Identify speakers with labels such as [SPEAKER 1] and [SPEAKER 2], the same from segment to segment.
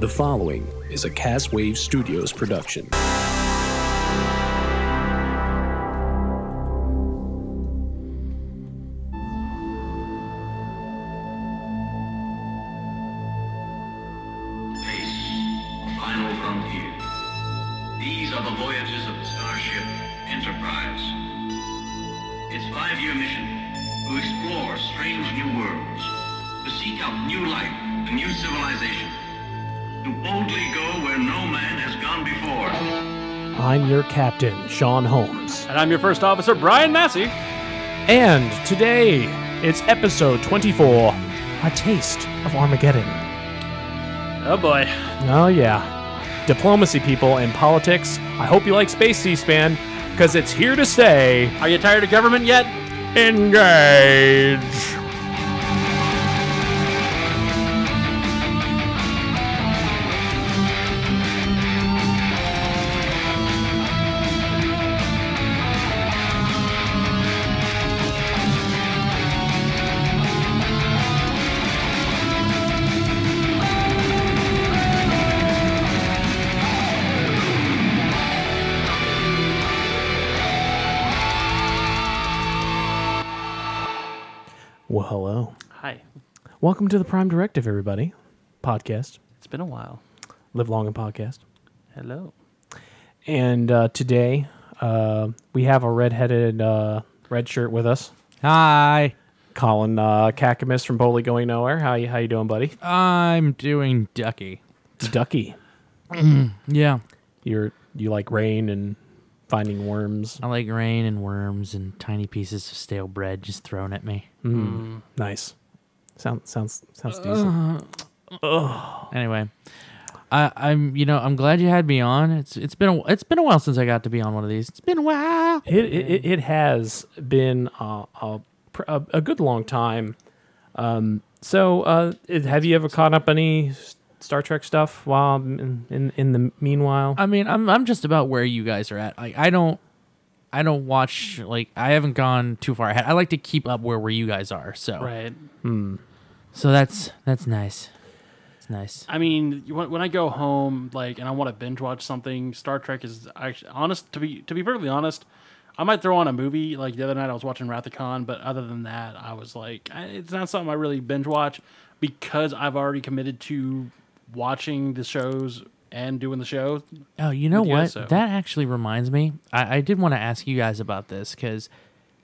[SPEAKER 1] The following is a Castwave Studios production.
[SPEAKER 2] Space, final frontier. These are the voyages of the starship Enterprise. Its five-year mission to explore strange new worlds, to seek out new life and new civilization, to boldly go where no man has gone before.
[SPEAKER 3] I'm your captain, Sean Holmes.
[SPEAKER 4] And I'm your first officer, Brian Massey.
[SPEAKER 3] And today, it's episode 24 A Taste of Armageddon.
[SPEAKER 4] Oh boy.
[SPEAKER 3] Oh, yeah. Diplomacy, people, and politics. I hope you like Space C SPAN, because it's here to stay.
[SPEAKER 4] Are you tired of government yet?
[SPEAKER 3] Engage! Well, hello.
[SPEAKER 4] Hi.
[SPEAKER 3] Welcome to the Prime Directive, everybody. Podcast.
[SPEAKER 4] It's been a while.
[SPEAKER 3] Live long and podcast.
[SPEAKER 4] Hello.
[SPEAKER 3] And uh, today, uh, we have a redheaded uh, red shirt with us.
[SPEAKER 5] Hi,
[SPEAKER 3] Colin uh, Kakamis from Bowley Going Nowhere. How you how you doing, buddy?
[SPEAKER 5] Uh, I'm doing Ducky.
[SPEAKER 3] Ducky,
[SPEAKER 5] Yeah,
[SPEAKER 3] you're you like rain and finding worms.
[SPEAKER 5] I like rain and worms and tiny pieces of stale bread just thrown at me.
[SPEAKER 3] Nice. Sound, sounds sounds decent.
[SPEAKER 5] Anyway, I, I'm you know I'm glad you had me on. It's it's been a, it's been a while since I got to be on one of these. It's been a while.
[SPEAKER 3] It, it it- it has been uh, a, pr- a a good long time. Um, so uh, it- have you ever caught up any S- Star Trek stuff while in in, in the meanwhile?
[SPEAKER 5] I mean, I'm I'm just about where you guys are at. Like I don't I don't watch like I haven't gone too far ahead. I like to keep up where where you guys are. So
[SPEAKER 4] Right.
[SPEAKER 5] so that's that's nice. It's nice.
[SPEAKER 4] I mean, you- when when I go home, like, and I want to binge watch something, Star Trek is actually honest. To be to be perfectly honest, I might throw on a movie. Like the other night, I was watching Wrath of Khan, but other than that, I was like, I- it's not something I really binge watch because I've already committed to watching the shows and doing the show.
[SPEAKER 5] Oh, you know
[SPEAKER 4] with you,
[SPEAKER 5] what?
[SPEAKER 4] so-
[SPEAKER 5] That actually reminds me. I, I did want to ask you guys about this because,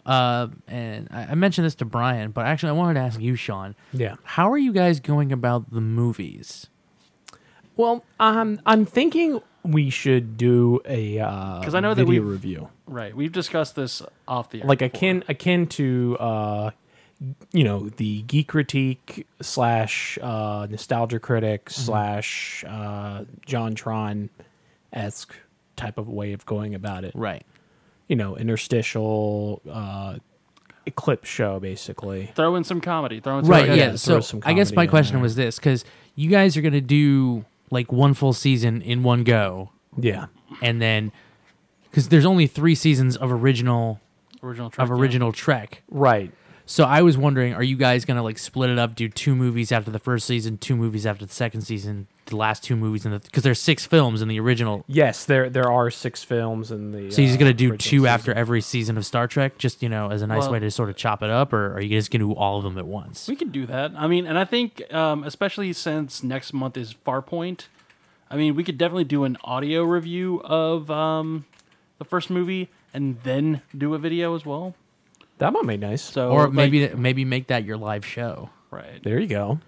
[SPEAKER 5] uh, and I, I mentioned this to Brian, but actually I wanted to ask you, Sean.
[SPEAKER 3] Yeah.
[SPEAKER 5] How are you guys going about the movies?
[SPEAKER 3] Well, um, I'm thinking we should do a because
[SPEAKER 4] 'Cause I know that
[SPEAKER 3] video
[SPEAKER 4] we've-
[SPEAKER 3] review.
[SPEAKER 4] Right. We've discussed this off the air
[SPEAKER 3] like
[SPEAKER 4] before.
[SPEAKER 3] akin akin to uh you know the geek critique slash uh nostalgia critic slash uh john tron esque type of way of going about it
[SPEAKER 5] Right.
[SPEAKER 3] you know interstitial uh eclipse show basically
[SPEAKER 4] Throw in some comedy. Throw in some
[SPEAKER 5] Right.
[SPEAKER 3] gotta
[SPEAKER 5] Yeah.
[SPEAKER 3] throw
[SPEAKER 5] So
[SPEAKER 3] some
[SPEAKER 5] I guess
[SPEAKER 3] comedy
[SPEAKER 5] my
[SPEAKER 3] in
[SPEAKER 5] question
[SPEAKER 3] there.
[SPEAKER 5] was this because you guys are going to do like one full season in one go,
[SPEAKER 3] yeah
[SPEAKER 5] and then because there's only three seasons of original
[SPEAKER 4] original track,
[SPEAKER 5] of original Trek.
[SPEAKER 3] right
[SPEAKER 5] So I was wondering, are you guys gonna like split it up? Do two movies after the first season, two movies after the second season, the last two movies in the because there's six films in the original.
[SPEAKER 3] yes there there are six films in the
[SPEAKER 5] So he's
[SPEAKER 3] uh,
[SPEAKER 5] gonna do
[SPEAKER 3] original
[SPEAKER 5] two
[SPEAKER 3] season.
[SPEAKER 5] after every season of Star Trek, just you know, as a nice
[SPEAKER 4] Well-
[SPEAKER 5] way to sort of chop it up, or are you just gonna do all of them at once?
[SPEAKER 4] We could do that. I mean, and I think, um, especially since next month is Farpoint, I mean, we could definitely do an audio review of um, the first movie and then do a video as well.
[SPEAKER 3] that might be nice so
[SPEAKER 4] So,
[SPEAKER 5] Or
[SPEAKER 4] like-
[SPEAKER 5] maybe maybe make that your live show.
[SPEAKER 4] right.
[SPEAKER 3] there you go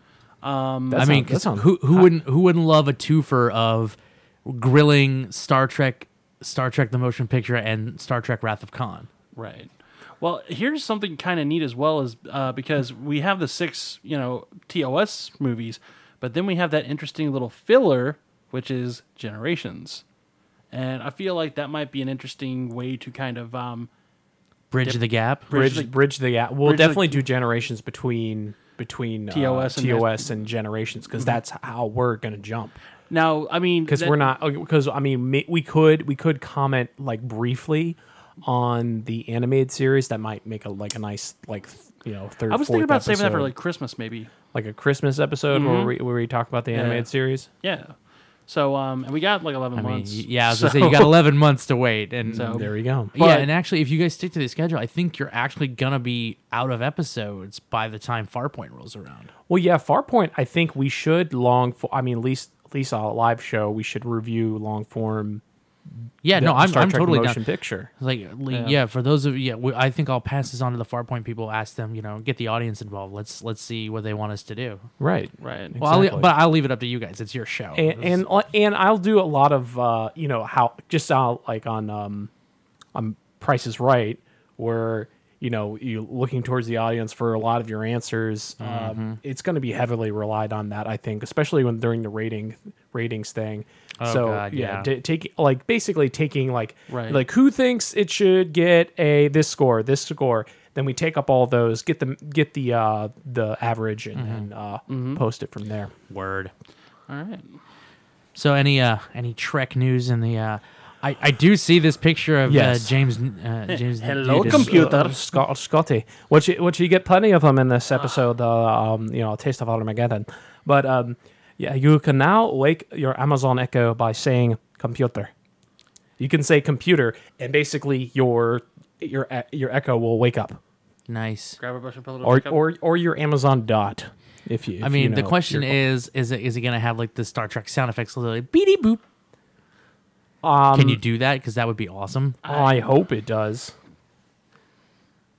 [SPEAKER 3] um
[SPEAKER 5] I mean, 'cause who who wouldn't who wouldn't love a twofer of grilling Star Trek, Star Trek the Motion Picture, and Star Trek Wrath of Khan?
[SPEAKER 4] Right. Well, here's something kind of neat as well is uh, because we have the six, you know, TOS movies, but then we have that interesting little filler, which is Generations, and I feel like that might be an interesting way to kind of um,
[SPEAKER 5] Bridge the gap.
[SPEAKER 3] bridge
[SPEAKER 4] Bridge the-
[SPEAKER 3] bridge the gap. We'll
[SPEAKER 4] bridge the-
[SPEAKER 3] definitely do generations between between uh,
[SPEAKER 4] TOS and-
[SPEAKER 3] TOS and generations because that's how we're gonna jump
[SPEAKER 4] now. I mean,
[SPEAKER 3] because
[SPEAKER 4] that-
[SPEAKER 3] we're not because I mean ma- we could we could comment like briefly on the animated series that might make a like a nice like th- you know third
[SPEAKER 4] I was
[SPEAKER 3] fourth
[SPEAKER 4] thinking about saving that for Mm-hmm.
[SPEAKER 3] episode.
[SPEAKER 4] like Christmas, maybe.
[SPEAKER 3] like a Christmas episode where we where we talk about the animated series.
[SPEAKER 4] Yeah. So um, and we got like eleven
[SPEAKER 5] I mean,
[SPEAKER 4] months.
[SPEAKER 5] y- yeah, I was gonna say you got 11 months to wait, and
[SPEAKER 4] So-
[SPEAKER 3] There you go.
[SPEAKER 5] yeah,
[SPEAKER 4] but-
[SPEAKER 5] and actually, if you guys stick to the schedule, I think you're actually gonna be out of episodes by the time Farpoint rolls around.
[SPEAKER 3] Well, yeah, Farpoint. I think we should long. For, I mean, at least at least on a live show, we should review long form.
[SPEAKER 5] Yeah, no, I'm,
[SPEAKER 3] Star
[SPEAKER 5] I'm
[SPEAKER 3] Trek
[SPEAKER 5] totally down.
[SPEAKER 3] motion picture.
[SPEAKER 5] Like, li- yeah. for those of yeah, we, I think I'll pass this on to the Farpoint people. Ask them, you know, get the audience involved. Let's let's see what they want us to do.
[SPEAKER 3] Right.
[SPEAKER 4] right.
[SPEAKER 5] Well, I'll, le-
[SPEAKER 3] Exactly.
[SPEAKER 5] but I'll leave it up to you guys. It's your show.
[SPEAKER 3] and
[SPEAKER 5] This is-
[SPEAKER 3] and, uh, and I'll do a lot of uh, you know how just on like on um on Price is Right where you know you looking towards the audience for a lot of your answers.
[SPEAKER 5] Mm-hmm.
[SPEAKER 3] Um, it's going to be heavily relied on that I think, especially when during the rating ratings thing. so
[SPEAKER 5] Oh, God, yeah.
[SPEAKER 3] ta- take like basically taking like
[SPEAKER 4] Right.
[SPEAKER 3] like who thinks it should get a this score this score. Then we take up all those, get the get the uh, the average, and, and uh, post it from there.
[SPEAKER 5] Mm-hmm. word.
[SPEAKER 4] All right.
[SPEAKER 5] So any uh any Trek news in the uh I, I do see this picture of
[SPEAKER 3] Yes.
[SPEAKER 5] uh, James uh, James
[SPEAKER 4] Hello,
[SPEAKER 5] Newton.
[SPEAKER 4] computer.
[SPEAKER 3] Uh, Scott, Scotty, which you- which you get plenty of them in this episode, uh, um, you know, Taste of Armageddon. But um, yeah, you can now wake your Amazon Echo by saying computer. You can say computer, and basically your your E- your Echo will wake up,
[SPEAKER 5] nice.
[SPEAKER 4] Grab a brush and pillow. to
[SPEAKER 3] or
[SPEAKER 4] pick up-
[SPEAKER 3] or or your Amazon Dot. If you, if
[SPEAKER 5] I mean,
[SPEAKER 3] you
[SPEAKER 5] the
[SPEAKER 3] know
[SPEAKER 5] question
[SPEAKER 3] your-
[SPEAKER 5] is is it is it gonna have like the Star Trek sound effects literally beady boop? Um, Can you do that? Because that would be awesome.
[SPEAKER 3] Oh, I hope it does.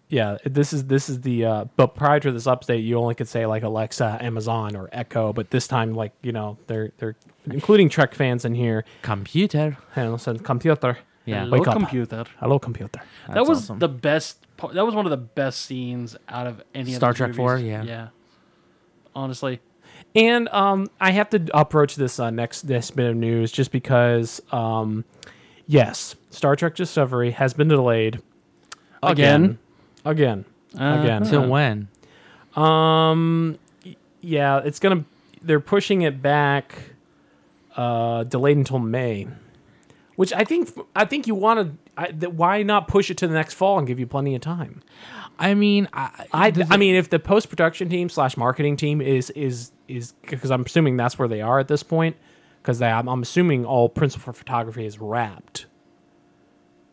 [SPEAKER 3] Yeah, this is this is the uh but prior to this update you only could say like Alexa, Amazon or Echo, but this time like, you know, they're they're including Trek fans in here.
[SPEAKER 5] Computer.
[SPEAKER 3] And said computer.
[SPEAKER 5] Yeah.
[SPEAKER 4] Hello,
[SPEAKER 3] Wake up.
[SPEAKER 4] computer.
[SPEAKER 3] Hello computer.
[SPEAKER 4] that was
[SPEAKER 5] awesome.
[SPEAKER 4] the best. part- That was one of the best scenes out of any
[SPEAKER 5] Star
[SPEAKER 4] of the
[SPEAKER 5] Trek
[SPEAKER 4] movies.
[SPEAKER 5] 4, yeah.
[SPEAKER 4] Yeah. Honestly,
[SPEAKER 3] And um, I have to approach this uh, next this bit of news just because, um, yes, Star Trek Discovery has been delayed
[SPEAKER 4] Again.
[SPEAKER 3] again,
[SPEAKER 4] Uh,
[SPEAKER 3] again.
[SPEAKER 5] Till when?
[SPEAKER 3] Um, yeah, it's gonna. They're pushing it back, uh, delayed until May, which I think I think you want to. Th- why not push it to the next fall and give you plenty of time?
[SPEAKER 5] I mean, I,
[SPEAKER 3] I, I mean, if the post production team slash marketing team is is is because I'm assuming that's where they are at this point, because I'm, I'm assuming all principal photography is wrapped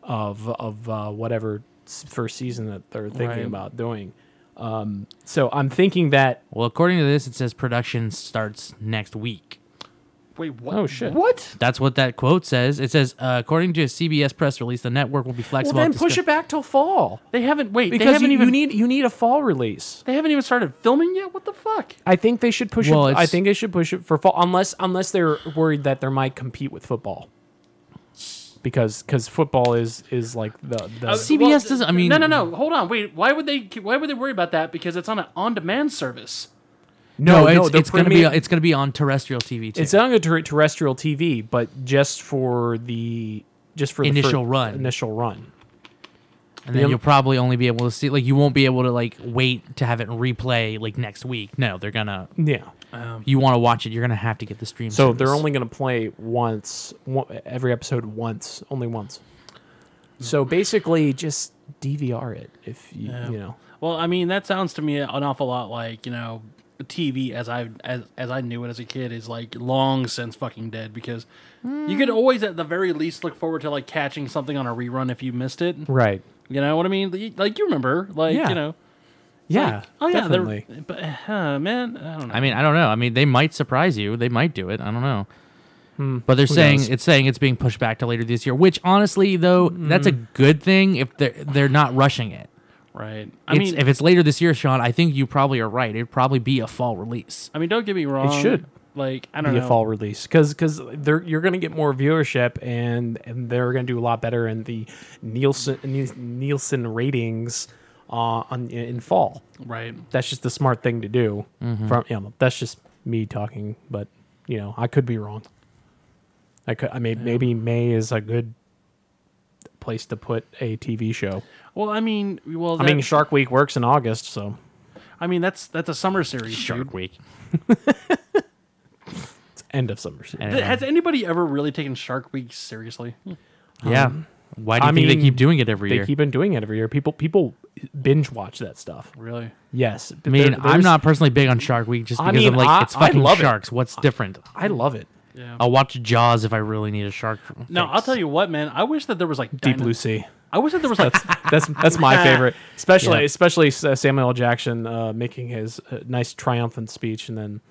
[SPEAKER 3] of of uh, whatever s- first season that they're thinking
[SPEAKER 4] Right.
[SPEAKER 3] about doing. Um, so I'm thinking that
[SPEAKER 5] well, according to this, it says production starts next week.
[SPEAKER 4] wait. What?
[SPEAKER 3] Oh, shit.
[SPEAKER 4] What?
[SPEAKER 5] That's what that quote says. It says, uh, according to a CBS press release, the network will be
[SPEAKER 3] well
[SPEAKER 5] flexible.
[SPEAKER 3] then
[SPEAKER 5] to
[SPEAKER 3] push
[SPEAKER 5] discuss-
[SPEAKER 3] it back till fall.
[SPEAKER 4] They haven't. Wait.
[SPEAKER 3] because
[SPEAKER 4] they haven't
[SPEAKER 3] you,
[SPEAKER 4] even.
[SPEAKER 3] you need you need a fall release.
[SPEAKER 4] they haven't even started filming yet. What the fuck?
[SPEAKER 5] Uh,
[SPEAKER 3] I think they should push
[SPEAKER 5] Well,
[SPEAKER 3] it. I
[SPEAKER 5] it's-
[SPEAKER 3] think they should push it for fall, unless unless they're worried that they might compete with football, because because football is is like the, the
[SPEAKER 4] Oh,
[SPEAKER 5] CBS doesn't- I mean-
[SPEAKER 4] no, no, no. Hold on. Wait. Why would they? Why would they worry about that? Because it's on an on-demand service.
[SPEAKER 5] No, it's,
[SPEAKER 3] the
[SPEAKER 5] it's gonna
[SPEAKER 3] premiere-
[SPEAKER 5] be it's gonna be on terrestrial TV too.
[SPEAKER 3] it's on a ter- terrestrial TV, but just for the just for the
[SPEAKER 5] Initial
[SPEAKER 3] fir-
[SPEAKER 5] run.
[SPEAKER 3] initial run.
[SPEAKER 5] and then you'll probably only be able to see like you won't be able to like wait to have it replay like next week. No, they're gonna
[SPEAKER 3] Yeah,
[SPEAKER 5] you want to watch it. You're gonna have to get the stream.
[SPEAKER 3] so they're
[SPEAKER 5] service.
[SPEAKER 3] only going to play once, one, every episode once, only once. So basically, just DVR it if you you know.
[SPEAKER 4] Well, I mean, that sounds to me an awful lot like you know, TV as I as as I knew it as a kid is like long since fucking dead because you could always at the very least look forward to like catching something on a rerun if you missed it.
[SPEAKER 3] Right.
[SPEAKER 4] You know what I mean? Like you remember, like
[SPEAKER 3] Yeah.
[SPEAKER 4] you know,
[SPEAKER 3] Yeah.
[SPEAKER 4] like, oh yeah, they're-
[SPEAKER 3] definitely.
[SPEAKER 4] But uh, man, I don't know.
[SPEAKER 5] I mean, I don't know. I mean, they might surprise you. They might do it. I don't know. but they're saying
[SPEAKER 3] knows?
[SPEAKER 5] it's saying it's being pushed back to later this year. Which honestly, though, that's a good thing if they're they're not rushing it.
[SPEAKER 4] right? I
[SPEAKER 5] It's,
[SPEAKER 4] mean,
[SPEAKER 5] if it's later this year, Sean, I think you probably are right. It'd probably be a fall release.
[SPEAKER 4] I mean, don't get me wrong.
[SPEAKER 3] should
[SPEAKER 4] like I don't
[SPEAKER 3] be
[SPEAKER 4] know.
[SPEAKER 3] a fall release because because they're you're going to get more viewership and and they're going to do a lot better in the Nielsen Niel- Nielsen ratings uh, on in fall.
[SPEAKER 4] Right.
[SPEAKER 3] That's just the smart thing to do.
[SPEAKER 4] Mm-hmm.
[SPEAKER 3] From you know, that's just me talking, but you know I could be wrong. I could I mean maybe May is a good place to put a TV show.
[SPEAKER 4] Well, I mean, well,
[SPEAKER 3] I mean
[SPEAKER 4] that-
[SPEAKER 3] Shark Week works in August, so
[SPEAKER 4] I mean, that's that's a summer series. dude.
[SPEAKER 5] Shark Week.
[SPEAKER 3] it's end of summer season.
[SPEAKER 5] And
[SPEAKER 4] Th- Has anybody ever really taken Shark Week seriously?
[SPEAKER 5] yeah. Why do you
[SPEAKER 3] I
[SPEAKER 5] think they
[SPEAKER 3] mean,
[SPEAKER 5] keep doing it every
[SPEAKER 3] they
[SPEAKER 5] year?
[SPEAKER 3] keep on doing it every year. People people binge watch that stuff.
[SPEAKER 4] Really?
[SPEAKER 3] Yes,
[SPEAKER 5] I mean, I'm not personally big on Shark Week just
[SPEAKER 3] I
[SPEAKER 5] because
[SPEAKER 3] mean,
[SPEAKER 5] I'm like,
[SPEAKER 3] I-
[SPEAKER 5] it's
[SPEAKER 3] I
[SPEAKER 5] fucking
[SPEAKER 3] love it.
[SPEAKER 5] sharks. What's different?
[SPEAKER 3] I love it.
[SPEAKER 4] Yeah.
[SPEAKER 5] I'll watch Jaws if I really need a shark.
[SPEAKER 4] No, I'll tell you what, man. I wish that there was like
[SPEAKER 3] Deep
[SPEAKER 4] dino-
[SPEAKER 3] Blue Sea.
[SPEAKER 4] I wish that there was like
[SPEAKER 3] That's that's my favorite, especially
[SPEAKER 5] Yeah.
[SPEAKER 3] especially uh, Samuel L. Jackson uh, making his uh, nice triumphant speech, and then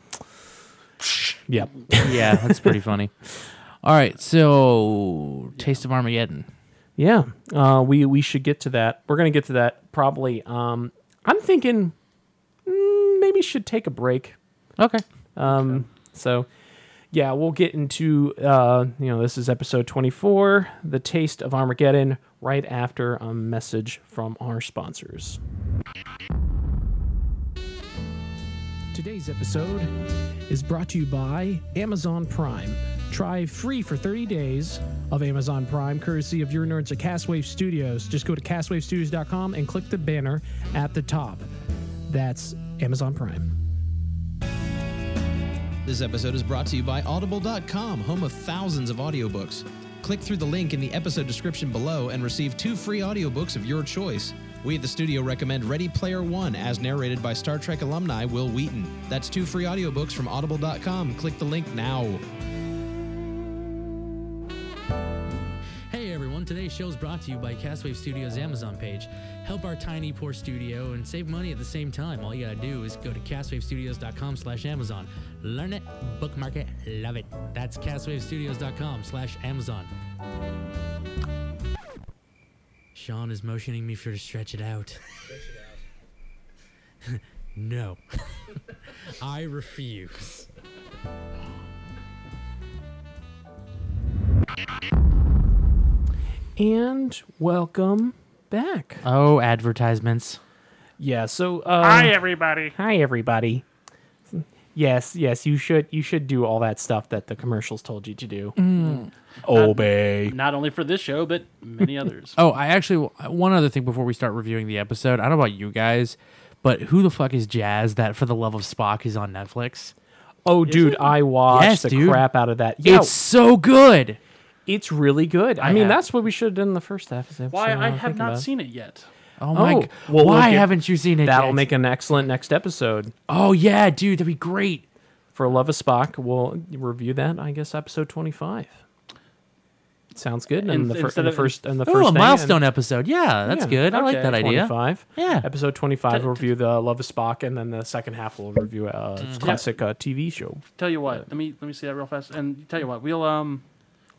[SPEAKER 3] yeah,
[SPEAKER 5] yeah, that's pretty funny. All right, so Taste of Armageddon.
[SPEAKER 3] yeah. Uh, we we should get to that. We're gonna get to that probably. Um, I'm thinking mm, maybe should take a break.
[SPEAKER 5] Okay.
[SPEAKER 3] So yeah, we'll get into uh, you know this is episode 24, the taste of Armageddon, right after a message from our sponsors. Today's episode is brought to you by Amazon Prime. Try free for 30 days of Amazon Prime, courtesy of your nerds at Castwave Studios. Just go to castwavestudios.com and click the banner at the top. That's Amazon Prime.
[SPEAKER 6] This episode is brought to you by Audible.com, home of thousands of audiobooks. Click through the link in the episode description below and receive two free audiobooks of your choice. We at the studio recommend Ready Player One, as narrated by Star Trek alumni Will Wheaton. That's two free audiobooks from Audible.com. Click the link now.
[SPEAKER 5] Hey everyone, today's show is brought to you by Castwave Studios Amazon page. Help our tiny poor studio and save money at the same time. All you gotta do is go to castwavestudios.com slash Amazon. Learn it, bookmark it, love it. That's castwavestudios.com slash Amazon. Sean is motioning me for to stretch it out. no. I refuse.
[SPEAKER 3] And welcome back.
[SPEAKER 5] Oh, advertisements.
[SPEAKER 3] Yeah. So uh,
[SPEAKER 4] hi everybody.
[SPEAKER 3] hi, everybody. Yes, yes, you should you should do all that stuff that the commercials told you to do.
[SPEAKER 5] Mm.
[SPEAKER 3] Obey.
[SPEAKER 4] Not only for this show, but many others.
[SPEAKER 5] Oh, I actually one other thing before we start reviewing the episode. I don't know about you guys, but who the fuck is Jazz? That for the love of Spock is on Netflix.
[SPEAKER 3] Oh, dude, I watched
[SPEAKER 5] Yes,
[SPEAKER 3] the
[SPEAKER 5] dude.
[SPEAKER 3] crap out of that. Yeah,
[SPEAKER 5] It's
[SPEAKER 3] it's,
[SPEAKER 5] so good.
[SPEAKER 3] really good. I, mean,
[SPEAKER 5] have-
[SPEAKER 3] that's what we should have done in the first half. is
[SPEAKER 4] Why
[SPEAKER 3] episode,
[SPEAKER 4] I
[SPEAKER 3] I'm
[SPEAKER 4] have
[SPEAKER 3] thinking
[SPEAKER 4] not
[SPEAKER 3] uh, about it.
[SPEAKER 4] seen it yet.
[SPEAKER 5] Oh my!
[SPEAKER 3] Oh,
[SPEAKER 5] g-
[SPEAKER 3] well, we'll
[SPEAKER 5] why
[SPEAKER 3] get-
[SPEAKER 5] haven't you seen it?
[SPEAKER 3] That'll
[SPEAKER 5] yet?
[SPEAKER 3] make an excellent next episode
[SPEAKER 5] Oh yeah, dude, that'd be great.
[SPEAKER 3] for Love of Spock. We'll review that. I guess episode twenty five. Sounds good. And
[SPEAKER 4] In-
[SPEAKER 3] the, fir-
[SPEAKER 4] instead
[SPEAKER 3] in the
[SPEAKER 4] of-
[SPEAKER 3] first and the first
[SPEAKER 5] Oh, a
[SPEAKER 3] thing, and-
[SPEAKER 5] milestone episode. Yeah, that's
[SPEAKER 3] Yeah,
[SPEAKER 5] good. I like
[SPEAKER 4] okay.
[SPEAKER 5] that idea.
[SPEAKER 3] 25.
[SPEAKER 5] Yeah.
[SPEAKER 3] Episode 25 will review the Love of Spock, and then the second half will review a
[SPEAKER 5] Mm.
[SPEAKER 3] classic uh, TV show.
[SPEAKER 4] Tell you what, let me let me see that real fast. And tell you what, we'll um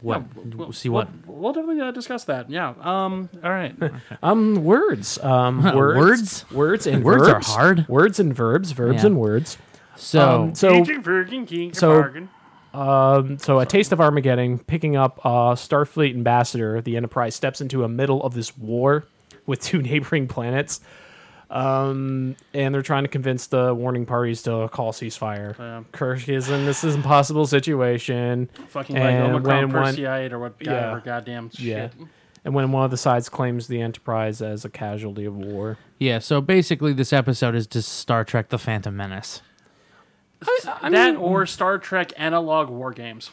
[SPEAKER 5] What?
[SPEAKER 4] yeah, we'll- we'll-
[SPEAKER 5] See what?
[SPEAKER 4] We'll, we'll definitely uh, discuss that. Yeah. Um. All right.
[SPEAKER 3] Um, words. Um, words.
[SPEAKER 5] Words?
[SPEAKER 3] Words and
[SPEAKER 5] Words are
[SPEAKER 3] verbs.
[SPEAKER 5] hard.
[SPEAKER 3] Words and verbs. Verbs
[SPEAKER 5] Yeah. Oh.
[SPEAKER 3] and words.
[SPEAKER 5] So
[SPEAKER 3] Um, so, so- bargain. so a taste of Armageddon, picking up uh, Starfleet ambassador, the Enterprise steps into a middle of this war with two neighboring planets. Um, and they're trying to convince the warning parties to call ceasefire. Kirk is in this impossible situation.
[SPEAKER 4] fucking like Omicron
[SPEAKER 3] one-
[SPEAKER 4] Perseid or what?
[SPEAKER 3] yeah.
[SPEAKER 4] Or goddamn shit.
[SPEAKER 3] Yeah. And when one of the sides claims the Enterprise as a casualty of war.
[SPEAKER 5] yeah, so basically, this episode is just Star Trek: The Phantom Menace.
[SPEAKER 4] that or Star Trek analog war games.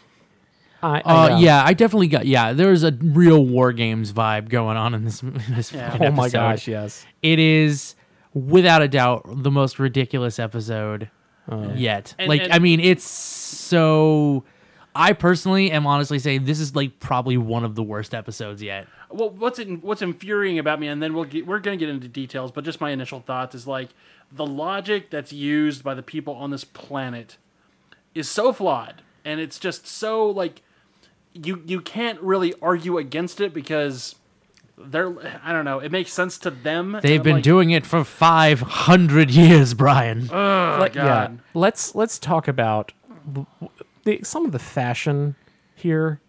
[SPEAKER 3] I,
[SPEAKER 5] Uh,
[SPEAKER 3] I, uh,
[SPEAKER 5] yeah, I definitely got. Yeah, there's a real War Games vibe going on in this. In this
[SPEAKER 4] Yeah.
[SPEAKER 5] fucking
[SPEAKER 3] Oh my
[SPEAKER 5] episode.
[SPEAKER 3] gosh, yes.
[SPEAKER 5] It is without a doubt the most ridiculous episode
[SPEAKER 3] Oh.
[SPEAKER 5] yet.
[SPEAKER 4] And-
[SPEAKER 5] like
[SPEAKER 4] and-
[SPEAKER 5] I mean it's so I personally am honestly saying this is like probably one of the worst episodes yet.
[SPEAKER 4] well, what's in, what's infuriating about me, and then we'll get, we're going to get into details, but just my initial thoughts is like the logic that's used by the people on this planet is so flawed, and it's just so like you you can't really argue against it because they're I don't know it makes sense to them. and
[SPEAKER 5] They've
[SPEAKER 4] I'm
[SPEAKER 5] been
[SPEAKER 4] like,
[SPEAKER 5] doing it for 500 years, Brian.
[SPEAKER 4] oh, God.
[SPEAKER 3] Yeah. Let's let's talk about w- w- the, some of the fashion here.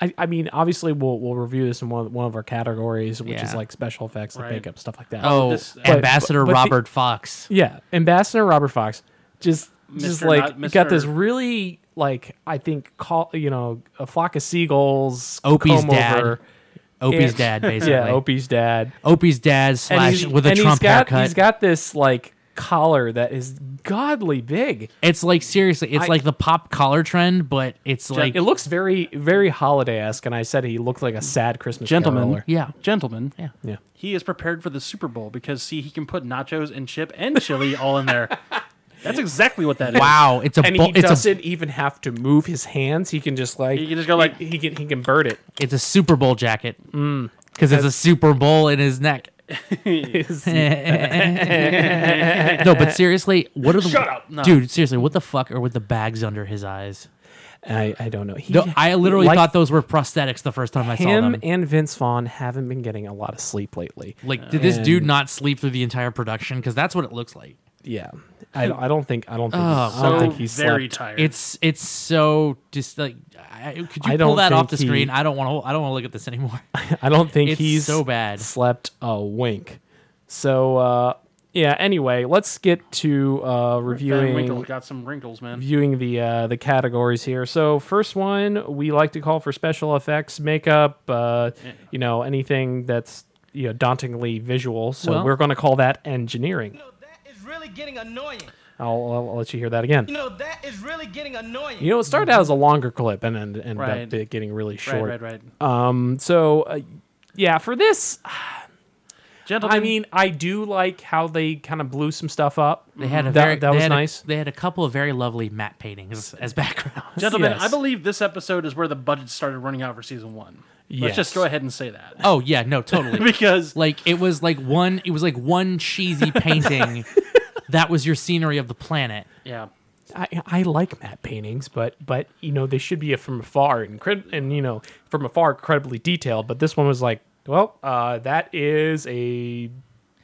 [SPEAKER 3] I, I mean, obviously, we'll we'll review this in one of, one of our categories, which is
[SPEAKER 5] Yeah.
[SPEAKER 3] like special effects, like
[SPEAKER 4] Right.
[SPEAKER 3] makeup, stuff like that.
[SPEAKER 5] oh,
[SPEAKER 4] this- But-
[SPEAKER 5] Ambassador
[SPEAKER 3] uh, but the-
[SPEAKER 5] Robert Fox.
[SPEAKER 3] yeah, Ambassador Robert Fox just just
[SPEAKER 4] Mr.
[SPEAKER 3] like
[SPEAKER 4] not
[SPEAKER 3] got this
[SPEAKER 4] Mr..
[SPEAKER 3] really like I think call you know a flock of seagulls,
[SPEAKER 5] Opie's
[SPEAKER 3] comb
[SPEAKER 5] dad,
[SPEAKER 3] over.
[SPEAKER 5] Opie's
[SPEAKER 3] and-
[SPEAKER 5] dad, basically.
[SPEAKER 3] yeah, Opie's dad,
[SPEAKER 5] Opie's dad
[SPEAKER 3] And
[SPEAKER 5] slash
[SPEAKER 3] he's-
[SPEAKER 5] with a
[SPEAKER 3] and
[SPEAKER 5] Trump
[SPEAKER 3] he's got,
[SPEAKER 5] haircut.
[SPEAKER 3] He's got this like collar that is godly big.
[SPEAKER 5] It's like seriously, it's
[SPEAKER 3] I-
[SPEAKER 5] like the pop collar trend, but it's like
[SPEAKER 3] it looks very, very holiday esque. And I said he looked like a sad Christmas
[SPEAKER 4] Gentlemen,
[SPEAKER 3] caroler.
[SPEAKER 5] Yeah.
[SPEAKER 4] gentlemen,
[SPEAKER 5] Yeah.
[SPEAKER 3] Yeah.
[SPEAKER 4] He is prepared for the Super Bowl because see, he can put nachos and chip and chili all in there. That's exactly what that is.
[SPEAKER 5] wow, it's a
[SPEAKER 3] And
[SPEAKER 5] bu-
[SPEAKER 3] he
[SPEAKER 5] it's a
[SPEAKER 3] doesn't even have to move his hands. He can just like
[SPEAKER 4] He can just go like-
[SPEAKER 3] he, he can he can bird it.
[SPEAKER 5] it's a Super Bowl jacket
[SPEAKER 3] Mm.
[SPEAKER 5] because it's a Super Bowl in his neck. no, but seriously, what are the shut
[SPEAKER 4] up. No.
[SPEAKER 5] dude? Seriously, what the fuck are with the bags under his eyes?
[SPEAKER 3] I, I don't know. He,
[SPEAKER 5] No, I literally
[SPEAKER 3] like,
[SPEAKER 5] thought those were prosthetics the first time I saw
[SPEAKER 3] him
[SPEAKER 5] them.
[SPEAKER 3] and Vince Vaughn haven't been getting a lot of sleep lately.
[SPEAKER 5] like, did this dude
[SPEAKER 3] and-
[SPEAKER 5] not sleep through the entire production? Because that's what it looks like.
[SPEAKER 3] Yeah, I, I don't think I don't think
[SPEAKER 5] Oh,
[SPEAKER 3] he's, I don't
[SPEAKER 4] So
[SPEAKER 3] think he's
[SPEAKER 4] very
[SPEAKER 3] slept.
[SPEAKER 4] tired.
[SPEAKER 5] It's it's so just like, I, could you
[SPEAKER 3] I don't
[SPEAKER 5] pull that off the
[SPEAKER 3] think he-
[SPEAKER 5] screen? I don't want to. I don't want to look at this anymore.
[SPEAKER 3] I don't think
[SPEAKER 5] It's
[SPEAKER 3] he's
[SPEAKER 5] so bad.
[SPEAKER 3] slept a wink. So uh, yeah. Anyway, let's get to uh,
[SPEAKER 4] Van
[SPEAKER 3] reviewing
[SPEAKER 4] Winkle got some wrinkles, man.
[SPEAKER 3] viewing the uh, the categories here. So first one we like to call for special effects, makeup, uh, you know anything that's you know dauntingly visual. So
[SPEAKER 5] Well-
[SPEAKER 3] we're going to call that engineering.
[SPEAKER 7] know, that is really getting annoying.
[SPEAKER 3] I'll, I'll, I'll let you hear that again.
[SPEAKER 7] You know, that is really getting annoying.
[SPEAKER 3] You know, it started out as a longer clip and and ended
[SPEAKER 4] Right.
[SPEAKER 3] up getting really
[SPEAKER 4] Right,
[SPEAKER 3] short.
[SPEAKER 4] right, right.
[SPEAKER 3] Um, so uh, yeah, for this,
[SPEAKER 4] Gentlemen,
[SPEAKER 3] I
[SPEAKER 5] Um,
[SPEAKER 3] mean, I do like how they kind of blew some stuff up.
[SPEAKER 5] They had a
[SPEAKER 3] That-
[SPEAKER 5] very,
[SPEAKER 3] that
[SPEAKER 5] they
[SPEAKER 3] was
[SPEAKER 5] had a-
[SPEAKER 3] nice.
[SPEAKER 5] they had a couple of very lovely matte paintings as backgrounds.
[SPEAKER 4] gentlemen,
[SPEAKER 3] yes.
[SPEAKER 4] I believe this episode is where the budget started running out for season one. Let's
[SPEAKER 3] Yes.
[SPEAKER 4] just go ahead and say that
[SPEAKER 5] oh yeah, no, totally.
[SPEAKER 4] because
[SPEAKER 5] like it was like one, it was like one cheesy painting. that was your scenery of the planet.
[SPEAKER 4] yeah,
[SPEAKER 3] I, I like matte paintings, but but you know they should be from afar and cred- and you know from afar incredibly detailed. But this one was like, well, uh, that is a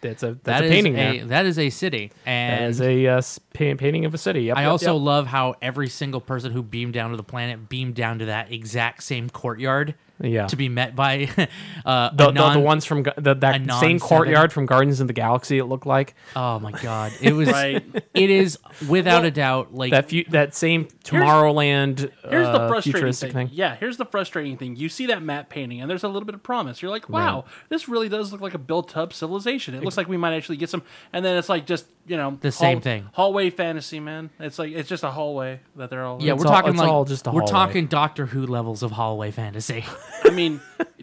[SPEAKER 3] that's a that's
[SPEAKER 5] That
[SPEAKER 3] a
[SPEAKER 5] is
[SPEAKER 3] painting
[SPEAKER 5] a
[SPEAKER 3] there.
[SPEAKER 5] that is a city, and
[SPEAKER 3] As a uh, s- pa- painting of a city. Yep,
[SPEAKER 5] I
[SPEAKER 3] yep,
[SPEAKER 5] also
[SPEAKER 3] yep.
[SPEAKER 5] love how every single person who beamed down to the planet beamed down to that exact same courtyard.
[SPEAKER 3] Yeah.
[SPEAKER 5] to be met by
[SPEAKER 3] the,
[SPEAKER 5] uh, a
[SPEAKER 3] the, the
[SPEAKER 5] non-
[SPEAKER 3] ones from Ga- the, that
[SPEAKER 5] non
[SPEAKER 3] same
[SPEAKER 5] seven.
[SPEAKER 3] courtyard from Gardens of the Galaxy. It looked like
[SPEAKER 5] Oh my god, it was.
[SPEAKER 4] Right.
[SPEAKER 5] It is without a doubt like
[SPEAKER 3] that few, that same Tomorrowland
[SPEAKER 4] Here's
[SPEAKER 3] uh,
[SPEAKER 4] the frustrating
[SPEAKER 3] futuristic
[SPEAKER 4] thing.
[SPEAKER 3] thing.
[SPEAKER 4] Yeah, here's the frustrating thing. You see that matte painting, and there's a little bit of promise. You're like, wow, this really does look like a built-up civilization. It looks like we might actually get some. And then it's like just you know
[SPEAKER 5] The same thing.
[SPEAKER 4] hallway fantasy, man. It's like it's just a hallway that they're all.
[SPEAKER 5] yeah,
[SPEAKER 3] It's
[SPEAKER 5] we're
[SPEAKER 3] all-
[SPEAKER 5] talking
[SPEAKER 3] it's
[SPEAKER 5] like
[SPEAKER 3] all just a
[SPEAKER 5] we're
[SPEAKER 3] hallway.
[SPEAKER 5] talking Doctor Who levels of hallway fantasy.
[SPEAKER 4] I mean,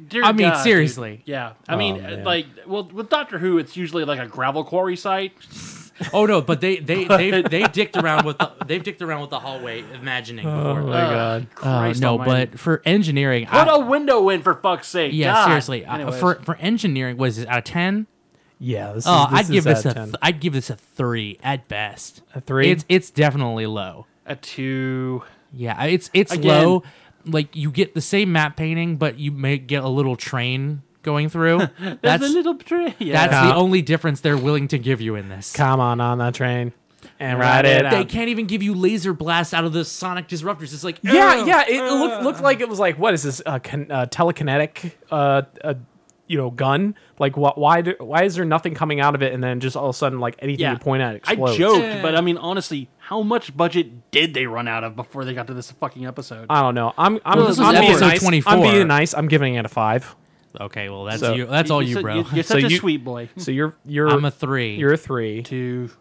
[SPEAKER 4] dear
[SPEAKER 5] I mean,
[SPEAKER 4] God, dude.
[SPEAKER 5] seriously.
[SPEAKER 4] Yeah, I mean,
[SPEAKER 3] Oh,
[SPEAKER 4] uh,
[SPEAKER 3] man.
[SPEAKER 4] like, well, with Doctor Who, it's usually like a gravel quarry site.
[SPEAKER 5] oh no, but they they they they dicked around with the, they've dicked around with the hallway imagining before.
[SPEAKER 3] Oh my god.
[SPEAKER 5] Uh,
[SPEAKER 4] Christ
[SPEAKER 5] no,
[SPEAKER 4] almighty.
[SPEAKER 5] but for engineering,
[SPEAKER 4] Put
[SPEAKER 5] I-
[SPEAKER 4] a window in for fuck's sake.
[SPEAKER 5] yeah,
[SPEAKER 4] God.
[SPEAKER 5] seriously, I-
[SPEAKER 4] Anyways.
[SPEAKER 5] for for engineering, was it out of ten?
[SPEAKER 3] Yeah, this
[SPEAKER 5] Oh,
[SPEAKER 3] is, this
[SPEAKER 5] I'd give
[SPEAKER 3] is
[SPEAKER 5] this a
[SPEAKER 3] out of 10.
[SPEAKER 5] th- I'd give this a three at best.
[SPEAKER 3] A three?
[SPEAKER 5] It's it's definitely low.
[SPEAKER 4] a two.
[SPEAKER 5] Yeah, I- it's it's
[SPEAKER 4] Again-
[SPEAKER 5] low. Like you get the same map painting, but you may get a little train going through.
[SPEAKER 4] There's
[SPEAKER 5] that's
[SPEAKER 4] a little tree. Yeah.
[SPEAKER 5] that's
[SPEAKER 3] Yeah.
[SPEAKER 5] the only difference they're willing to give you in this.
[SPEAKER 3] Come on on that train and ride it.
[SPEAKER 5] They
[SPEAKER 3] out.
[SPEAKER 5] can't even give you laser blasts out of the sonic disruptors. It's like
[SPEAKER 3] Yeah,
[SPEAKER 5] "Ugh."
[SPEAKER 3] yeah. It looked looked like it was like what is this a con- uh, telekinetic uh, uh you know gun? Like what? Why do, why is there nothing coming out of it? And then just all of a sudden like anything
[SPEAKER 4] Yeah.
[SPEAKER 3] you point at explodes.
[SPEAKER 4] I joked, but I mean, honestly, how much budget did they run out of before they got to this fucking episode?
[SPEAKER 5] Uh,
[SPEAKER 3] I don't know. I'm I'm,
[SPEAKER 5] Well, this was
[SPEAKER 3] I'm being
[SPEAKER 5] episode
[SPEAKER 3] nice.
[SPEAKER 5] 24.
[SPEAKER 3] I'm being nice. I'm giving it a five.
[SPEAKER 5] Okay, well that's
[SPEAKER 3] So-
[SPEAKER 5] you. That's all you,
[SPEAKER 4] so-
[SPEAKER 5] bro.
[SPEAKER 4] You're, you're such
[SPEAKER 3] So
[SPEAKER 4] a
[SPEAKER 3] you-
[SPEAKER 4] sweet boy.
[SPEAKER 3] So you're you're
[SPEAKER 5] I'm a three.
[SPEAKER 3] You're a three.
[SPEAKER 4] To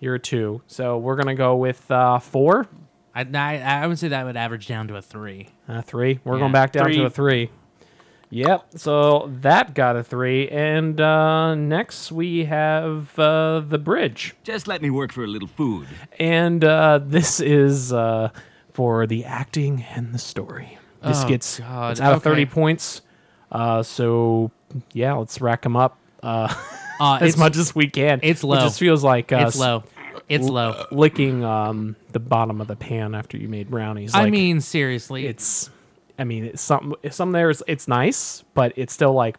[SPEAKER 3] You're a two. So we're gonna go with uh, four,
[SPEAKER 5] I, I I would say that would average down to a three.
[SPEAKER 3] uh, three. We're
[SPEAKER 5] Yeah.
[SPEAKER 3] going back down
[SPEAKER 4] Three.
[SPEAKER 3] to a three. Yep. So that got a three, and uh, next we have uh, the bridge.
[SPEAKER 8] Just let me work for a little food.
[SPEAKER 3] and uh, this is uh, for the acting and the story. This
[SPEAKER 5] Oh,
[SPEAKER 3] gets
[SPEAKER 5] God.
[SPEAKER 3] it's out of
[SPEAKER 5] Okay.
[SPEAKER 3] thirty points. Uh, so yeah, let's rack them up uh,
[SPEAKER 5] Uh,
[SPEAKER 3] as
[SPEAKER 5] it's,
[SPEAKER 3] much as we can.
[SPEAKER 5] it's low.
[SPEAKER 3] It just feels like uh,
[SPEAKER 5] It's low. It's low.
[SPEAKER 3] Licking um, the bottom of the pan after you made brownies.
[SPEAKER 5] I
[SPEAKER 3] Like,
[SPEAKER 5] mean, seriously,
[SPEAKER 3] it's. I mean, it's some some there is it's nice, but it's still like.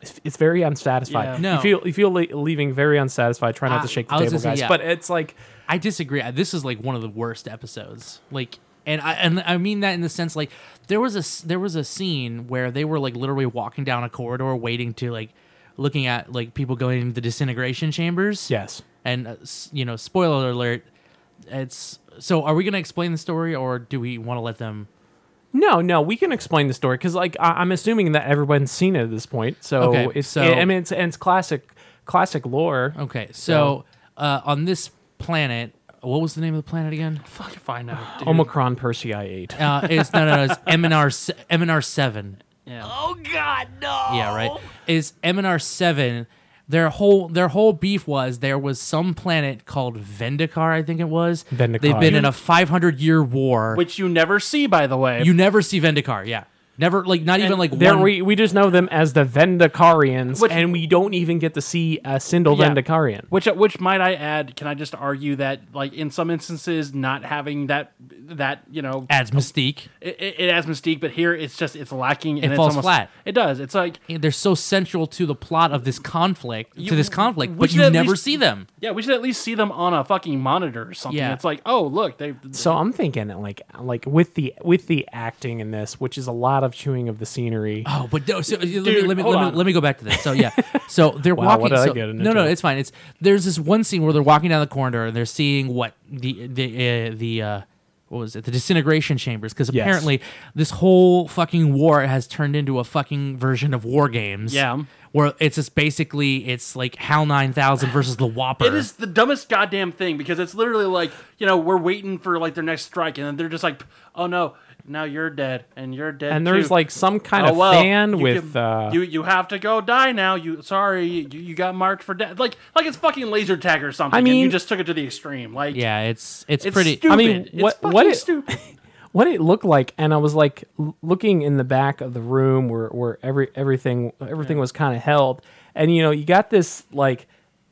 [SPEAKER 3] it's- It's very unsatisfied.
[SPEAKER 4] Yeah.
[SPEAKER 5] No.
[SPEAKER 3] You feel you feel le- leaving very unsatisfied. Try not
[SPEAKER 5] I-
[SPEAKER 3] to shake
[SPEAKER 5] I
[SPEAKER 3] the
[SPEAKER 5] was
[SPEAKER 3] table,
[SPEAKER 5] gonna
[SPEAKER 3] guys.
[SPEAKER 5] say, yeah.
[SPEAKER 3] But it's like
[SPEAKER 5] I disagree. I- This is like one of the worst episodes. Like, and I and I mean that in the sense like there was a s- there was a scene where they were like literally walking down a corridor waiting to like looking at like people going into the disintegration chambers.
[SPEAKER 3] yes,
[SPEAKER 5] And uh, s- you know, spoiler alert. It's so. Are we gonna explain the story, or do we want to let them?
[SPEAKER 3] No, no, we can explain the story because, like, I- I'm assuming that everyone's seen it at this point. So
[SPEAKER 5] Okay,
[SPEAKER 3] it's,
[SPEAKER 5] so-
[SPEAKER 3] I mean, it's, and it's classic, classic lore.
[SPEAKER 5] Okay, so. uh, on this planet, what was the name of the planet again?
[SPEAKER 4] Fuck if I know. Dude.
[SPEAKER 3] Omicron Persei 8.
[SPEAKER 5] Uh, it's no, no, no. It's MNR se- MNR seven.
[SPEAKER 4] yeah.
[SPEAKER 5] Yeah, right. Is MNR seven. Their whole their whole beef was there was some planet called Vendikar, I think it was.
[SPEAKER 3] Vendikar.
[SPEAKER 5] They've been in a 500 year war.
[SPEAKER 4] Which you never see, by the way.
[SPEAKER 5] you never see Vendikar. Yeah, never like not even like
[SPEAKER 3] There
[SPEAKER 5] one.
[SPEAKER 3] we, we just know them as the Vendicarians,
[SPEAKER 4] Which-
[SPEAKER 3] and we don't even get to see a single
[SPEAKER 4] Yeah.
[SPEAKER 3] Vendicarian.
[SPEAKER 4] Which, uh, which might I add? Can I just argue that, like in some instances, not having that, that you know,
[SPEAKER 5] adds mystique.
[SPEAKER 4] it, it, it has mystique, but here it's just it's lacking. And
[SPEAKER 5] It
[SPEAKER 4] it's
[SPEAKER 5] falls
[SPEAKER 4] almost,
[SPEAKER 5] flat.
[SPEAKER 4] It does. It's like
[SPEAKER 5] They're so central to the plot of this conflict, to this conflict,
[SPEAKER 4] we
[SPEAKER 5] but
[SPEAKER 4] should
[SPEAKER 5] you
[SPEAKER 4] at
[SPEAKER 5] never
[SPEAKER 4] least-
[SPEAKER 5] see them.
[SPEAKER 4] yeah, we should at least see them on a fucking monitor or something.
[SPEAKER 5] Yeah.
[SPEAKER 4] It's like oh look, they
[SPEAKER 3] So I'm thinking like like with the with the acting in this, which is a lot of chewing of the scenery.
[SPEAKER 5] Oh, but no, so, uh, let, me,
[SPEAKER 4] Dude,
[SPEAKER 5] let, me,
[SPEAKER 4] hold
[SPEAKER 5] let,
[SPEAKER 4] on.
[SPEAKER 5] me, let me go back to this. So yeah, so they're
[SPEAKER 3] Wow, what
[SPEAKER 5] walking.
[SPEAKER 3] did I
[SPEAKER 5] so-
[SPEAKER 3] get
[SPEAKER 5] no, no,
[SPEAKER 3] into?
[SPEAKER 5] it's fine. It's there's this one scene where they're walking down the corridor and they're seeing what the the uh, the uh, what was it the disintegration chambers because
[SPEAKER 3] Yes.
[SPEAKER 5] apparently this whole fucking war has turned into a fucking version of war games.
[SPEAKER 4] Yeah.
[SPEAKER 5] where it's just basically it's like HAL nine thousand versus the Whopper.
[SPEAKER 4] It is the dumbest goddamn thing because it's literally like, you know, we're waiting for like their next strike and then they're just like, oh no, now you're dead and you're dead.
[SPEAKER 3] and there's
[SPEAKER 4] too.
[SPEAKER 3] like some kind
[SPEAKER 4] oh,
[SPEAKER 3] of
[SPEAKER 4] well,
[SPEAKER 3] fan
[SPEAKER 4] you
[SPEAKER 3] with
[SPEAKER 4] can-
[SPEAKER 3] uh,
[SPEAKER 4] you you have to go die now. You sorry, you, you got marked for death. Like like it's fucking laser tag or something.
[SPEAKER 3] I
[SPEAKER 4] and you
[SPEAKER 3] mean-
[SPEAKER 4] just took it to the extreme. Like
[SPEAKER 5] Yeah, it's it's,
[SPEAKER 4] it's
[SPEAKER 5] pretty.
[SPEAKER 4] stupid.
[SPEAKER 3] I mean, what-
[SPEAKER 4] it's fucking
[SPEAKER 3] what it-
[SPEAKER 4] stupid.
[SPEAKER 3] what it looked like and i was like l- looking in the back of the room where where every everything everything was kind of held and you know you got this like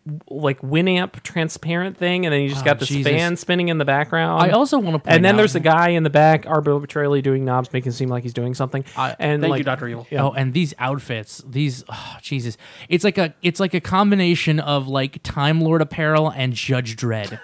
[SPEAKER 3] w- like winamp transparent thing and then you just
[SPEAKER 5] Oh,
[SPEAKER 3] got this
[SPEAKER 5] Jesus.
[SPEAKER 3] fan spinning in the background
[SPEAKER 5] I also wanna point
[SPEAKER 3] and then
[SPEAKER 5] out-
[SPEAKER 3] there's a guy in the back arbitrarily doing knobs making it seem like he's doing something
[SPEAKER 5] I-
[SPEAKER 3] and
[SPEAKER 4] Thank
[SPEAKER 3] like,
[SPEAKER 4] you, Dr. Evil.
[SPEAKER 5] Oh, and these outfits, these oh, Jesus, it's like a it's like a combination of like Time Lord apparel and Judge Dredd.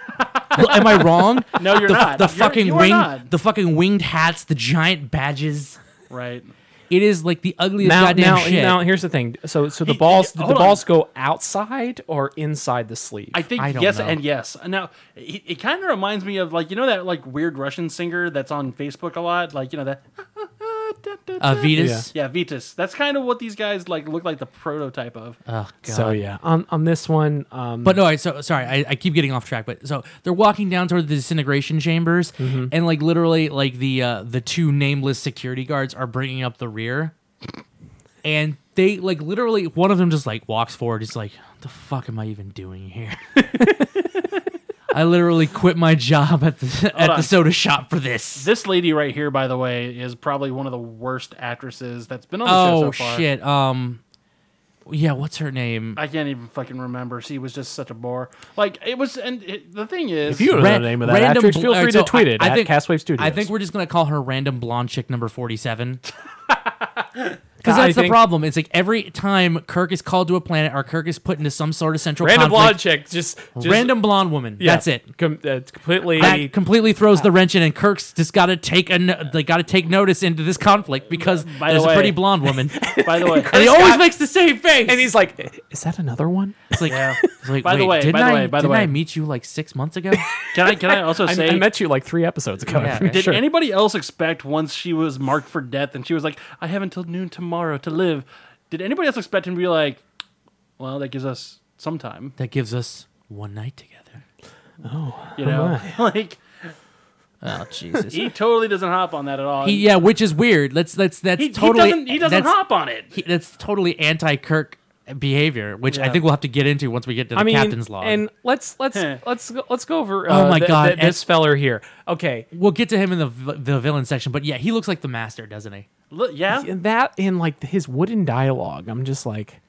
[SPEAKER 5] Well, Am I wrong?
[SPEAKER 4] No, you're
[SPEAKER 5] the,
[SPEAKER 4] not.
[SPEAKER 5] The
[SPEAKER 4] You're-
[SPEAKER 5] fucking
[SPEAKER 4] you are
[SPEAKER 5] winged,
[SPEAKER 4] not.
[SPEAKER 5] the fucking winged hats, the giant badges.
[SPEAKER 4] Right.
[SPEAKER 5] It is like the ugliest
[SPEAKER 3] now,
[SPEAKER 5] goddamn
[SPEAKER 3] now,
[SPEAKER 5] shit.
[SPEAKER 3] now here's the thing so so the
[SPEAKER 4] He-
[SPEAKER 3] balls
[SPEAKER 4] he-
[SPEAKER 3] the
[SPEAKER 4] hold on.
[SPEAKER 3] balls go outside or inside the sleeve
[SPEAKER 4] I think
[SPEAKER 5] I don't
[SPEAKER 4] yes
[SPEAKER 5] know.
[SPEAKER 4] and yes. Now it, it kind of reminds me of like you know that like weird Russian singer that's on Facebook a lot. Like you know that.
[SPEAKER 5] uh, Vetus.
[SPEAKER 4] Yeah, Vitus. That's kind of what these guys like look like the prototype of.
[SPEAKER 5] Oh god.
[SPEAKER 3] so yeah on on this one um
[SPEAKER 5] But no, I so sorry, I, I keep getting off track. But so they're walking down toward the disintegration chambers,
[SPEAKER 4] Mm-hmm.
[SPEAKER 5] and like literally, like the uh, the two nameless security guards are bringing up the rear, and they like literally one of them just like walks forward. He's like, "What the fuck am I even doing here?" I literally quit my job at the at
[SPEAKER 4] on.
[SPEAKER 5] the soda shop for this.
[SPEAKER 4] This lady right here, by the way, is probably one of the worst actresses that's been on the show
[SPEAKER 5] Oh
[SPEAKER 4] so far.
[SPEAKER 5] shit. Um, yeah, what's her name?
[SPEAKER 4] I can't even fucking remember. She was just such a bore. Like it was, and it, the thing is,
[SPEAKER 3] If you don't
[SPEAKER 5] Ran-
[SPEAKER 3] know the name of that
[SPEAKER 5] random
[SPEAKER 3] actress,
[SPEAKER 5] bl-
[SPEAKER 3] feel
[SPEAKER 5] all
[SPEAKER 3] free
[SPEAKER 5] right,
[SPEAKER 3] to
[SPEAKER 5] so
[SPEAKER 3] tweet it
[SPEAKER 5] I, I
[SPEAKER 3] at
[SPEAKER 5] think,
[SPEAKER 3] Castwave Studios.
[SPEAKER 5] I think we're just gonna call her random blonde chick number forty-seven. Because
[SPEAKER 3] I
[SPEAKER 5] that's the
[SPEAKER 3] think-
[SPEAKER 5] problem. It's like every time Kirk is called to a planet or Kirk is put into some sort of central
[SPEAKER 3] random blonde
[SPEAKER 5] conflict,
[SPEAKER 3] chick, just, just
[SPEAKER 5] random blonde woman.
[SPEAKER 3] yeah,
[SPEAKER 5] That's it.
[SPEAKER 3] Com- that's completely.
[SPEAKER 5] That completely throws the wrench in, and Kirk's just got to take a no- they got to take notice into this conflict because
[SPEAKER 4] By the
[SPEAKER 5] there's a
[SPEAKER 4] way-
[SPEAKER 5] pretty blonde woman, and
[SPEAKER 4] by the way,
[SPEAKER 5] he always makes the same face.
[SPEAKER 3] and he's like, "Is that another one?"
[SPEAKER 5] it's like, it's like,
[SPEAKER 4] By the
[SPEAKER 5] wait,
[SPEAKER 4] way, by
[SPEAKER 5] didn't
[SPEAKER 4] the
[SPEAKER 5] I,
[SPEAKER 4] way, by the
[SPEAKER 5] didn't I
[SPEAKER 4] way.
[SPEAKER 5] meet you like six months ago?
[SPEAKER 4] can I can I also
[SPEAKER 3] I,
[SPEAKER 4] say?
[SPEAKER 3] I met you like three episodes ago.
[SPEAKER 5] Yeah.
[SPEAKER 3] I'm
[SPEAKER 4] did
[SPEAKER 3] sure.
[SPEAKER 4] anybody else expect once she was marked for death and she was like, "I have until noon tomorrow to live"? Did anybody else expect him to be like, "Well, that gives us some time,"
[SPEAKER 5] that gives us one night together.
[SPEAKER 4] you know? like
[SPEAKER 5] Oh Jesus.
[SPEAKER 4] he totally doesn't hop on that at all.
[SPEAKER 5] He, yeah, which is weird. Let's let's that's
[SPEAKER 4] Um, he, he
[SPEAKER 5] totally
[SPEAKER 4] doesn't he doesn't
[SPEAKER 5] that's,
[SPEAKER 4] hop on it.
[SPEAKER 5] he- that's totally anti Kirk behavior, which I
[SPEAKER 4] Yeah.
[SPEAKER 5] think we'll have to get into once we get to the
[SPEAKER 3] I mean,
[SPEAKER 5] captain's log.
[SPEAKER 3] and let's let's
[SPEAKER 4] Heh.
[SPEAKER 3] let's go, let's go over.
[SPEAKER 5] Oh
[SPEAKER 3] uh,
[SPEAKER 5] my
[SPEAKER 3] th-
[SPEAKER 5] God,
[SPEAKER 3] th- this
[SPEAKER 5] and-
[SPEAKER 3] feller here. Okay,
[SPEAKER 5] we'll get to him in the vi- the villain section, but yeah, he looks like the master, doesn't he?
[SPEAKER 4] Look, yeah.
[SPEAKER 3] and that in like his wooden dialogue, I'm just like,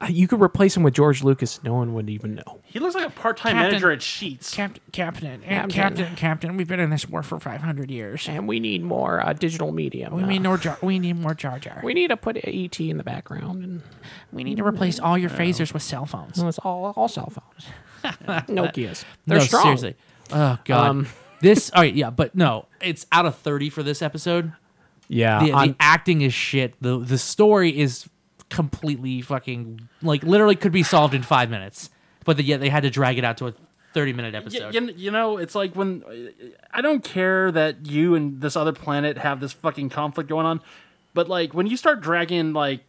[SPEAKER 3] uh, you could replace him with George Lucas, no one would even know.
[SPEAKER 4] He looks like a part-time
[SPEAKER 9] Captain-
[SPEAKER 4] manager at Sheets.
[SPEAKER 9] Captain, Captain, eh,
[SPEAKER 3] Captain.
[SPEAKER 9] Captain, Captain, We've been in this war for 500 years.
[SPEAKER 3] And we need more uh, digital media. Uh,
[SPEAKER 9] We need more jar. We need more Jar Jar.
[SPEAKER 3] we need to put ET in the background, and
[SPEAKER 9] We need to replace all your phasers with cell
[SPEAKER 10] Mm-hmm.
[SPEAKER 9] phones.
[SPEAKER 3] it's all all cell phones, Nokia's. They're
[SPEAKER 5] no,
[SPEAKER 3] strong.
[SPEAKER 5] seriously. Oh god.
[SPEAKER 4] Um,
[SPEAKER 5] this all right, yeah, but no, it's out of thirty for this episode.
[SPEAKER 3] Yeah,
[SPEAKER 5] The,
[SPEAKER 3] on-
[SPEAKER 5] the acting is shit. The the story is completely fucking like literally could be solved in five minutes. But the, yet they had to drag it out to a thirty minute
[SPEAKER 4] Y-
[SPEAKER 5] episode.
[SPEAKER 4] You, you know, it's like when I don't care that you and this other planet have this fucking conflict going on, but like when you start dragging like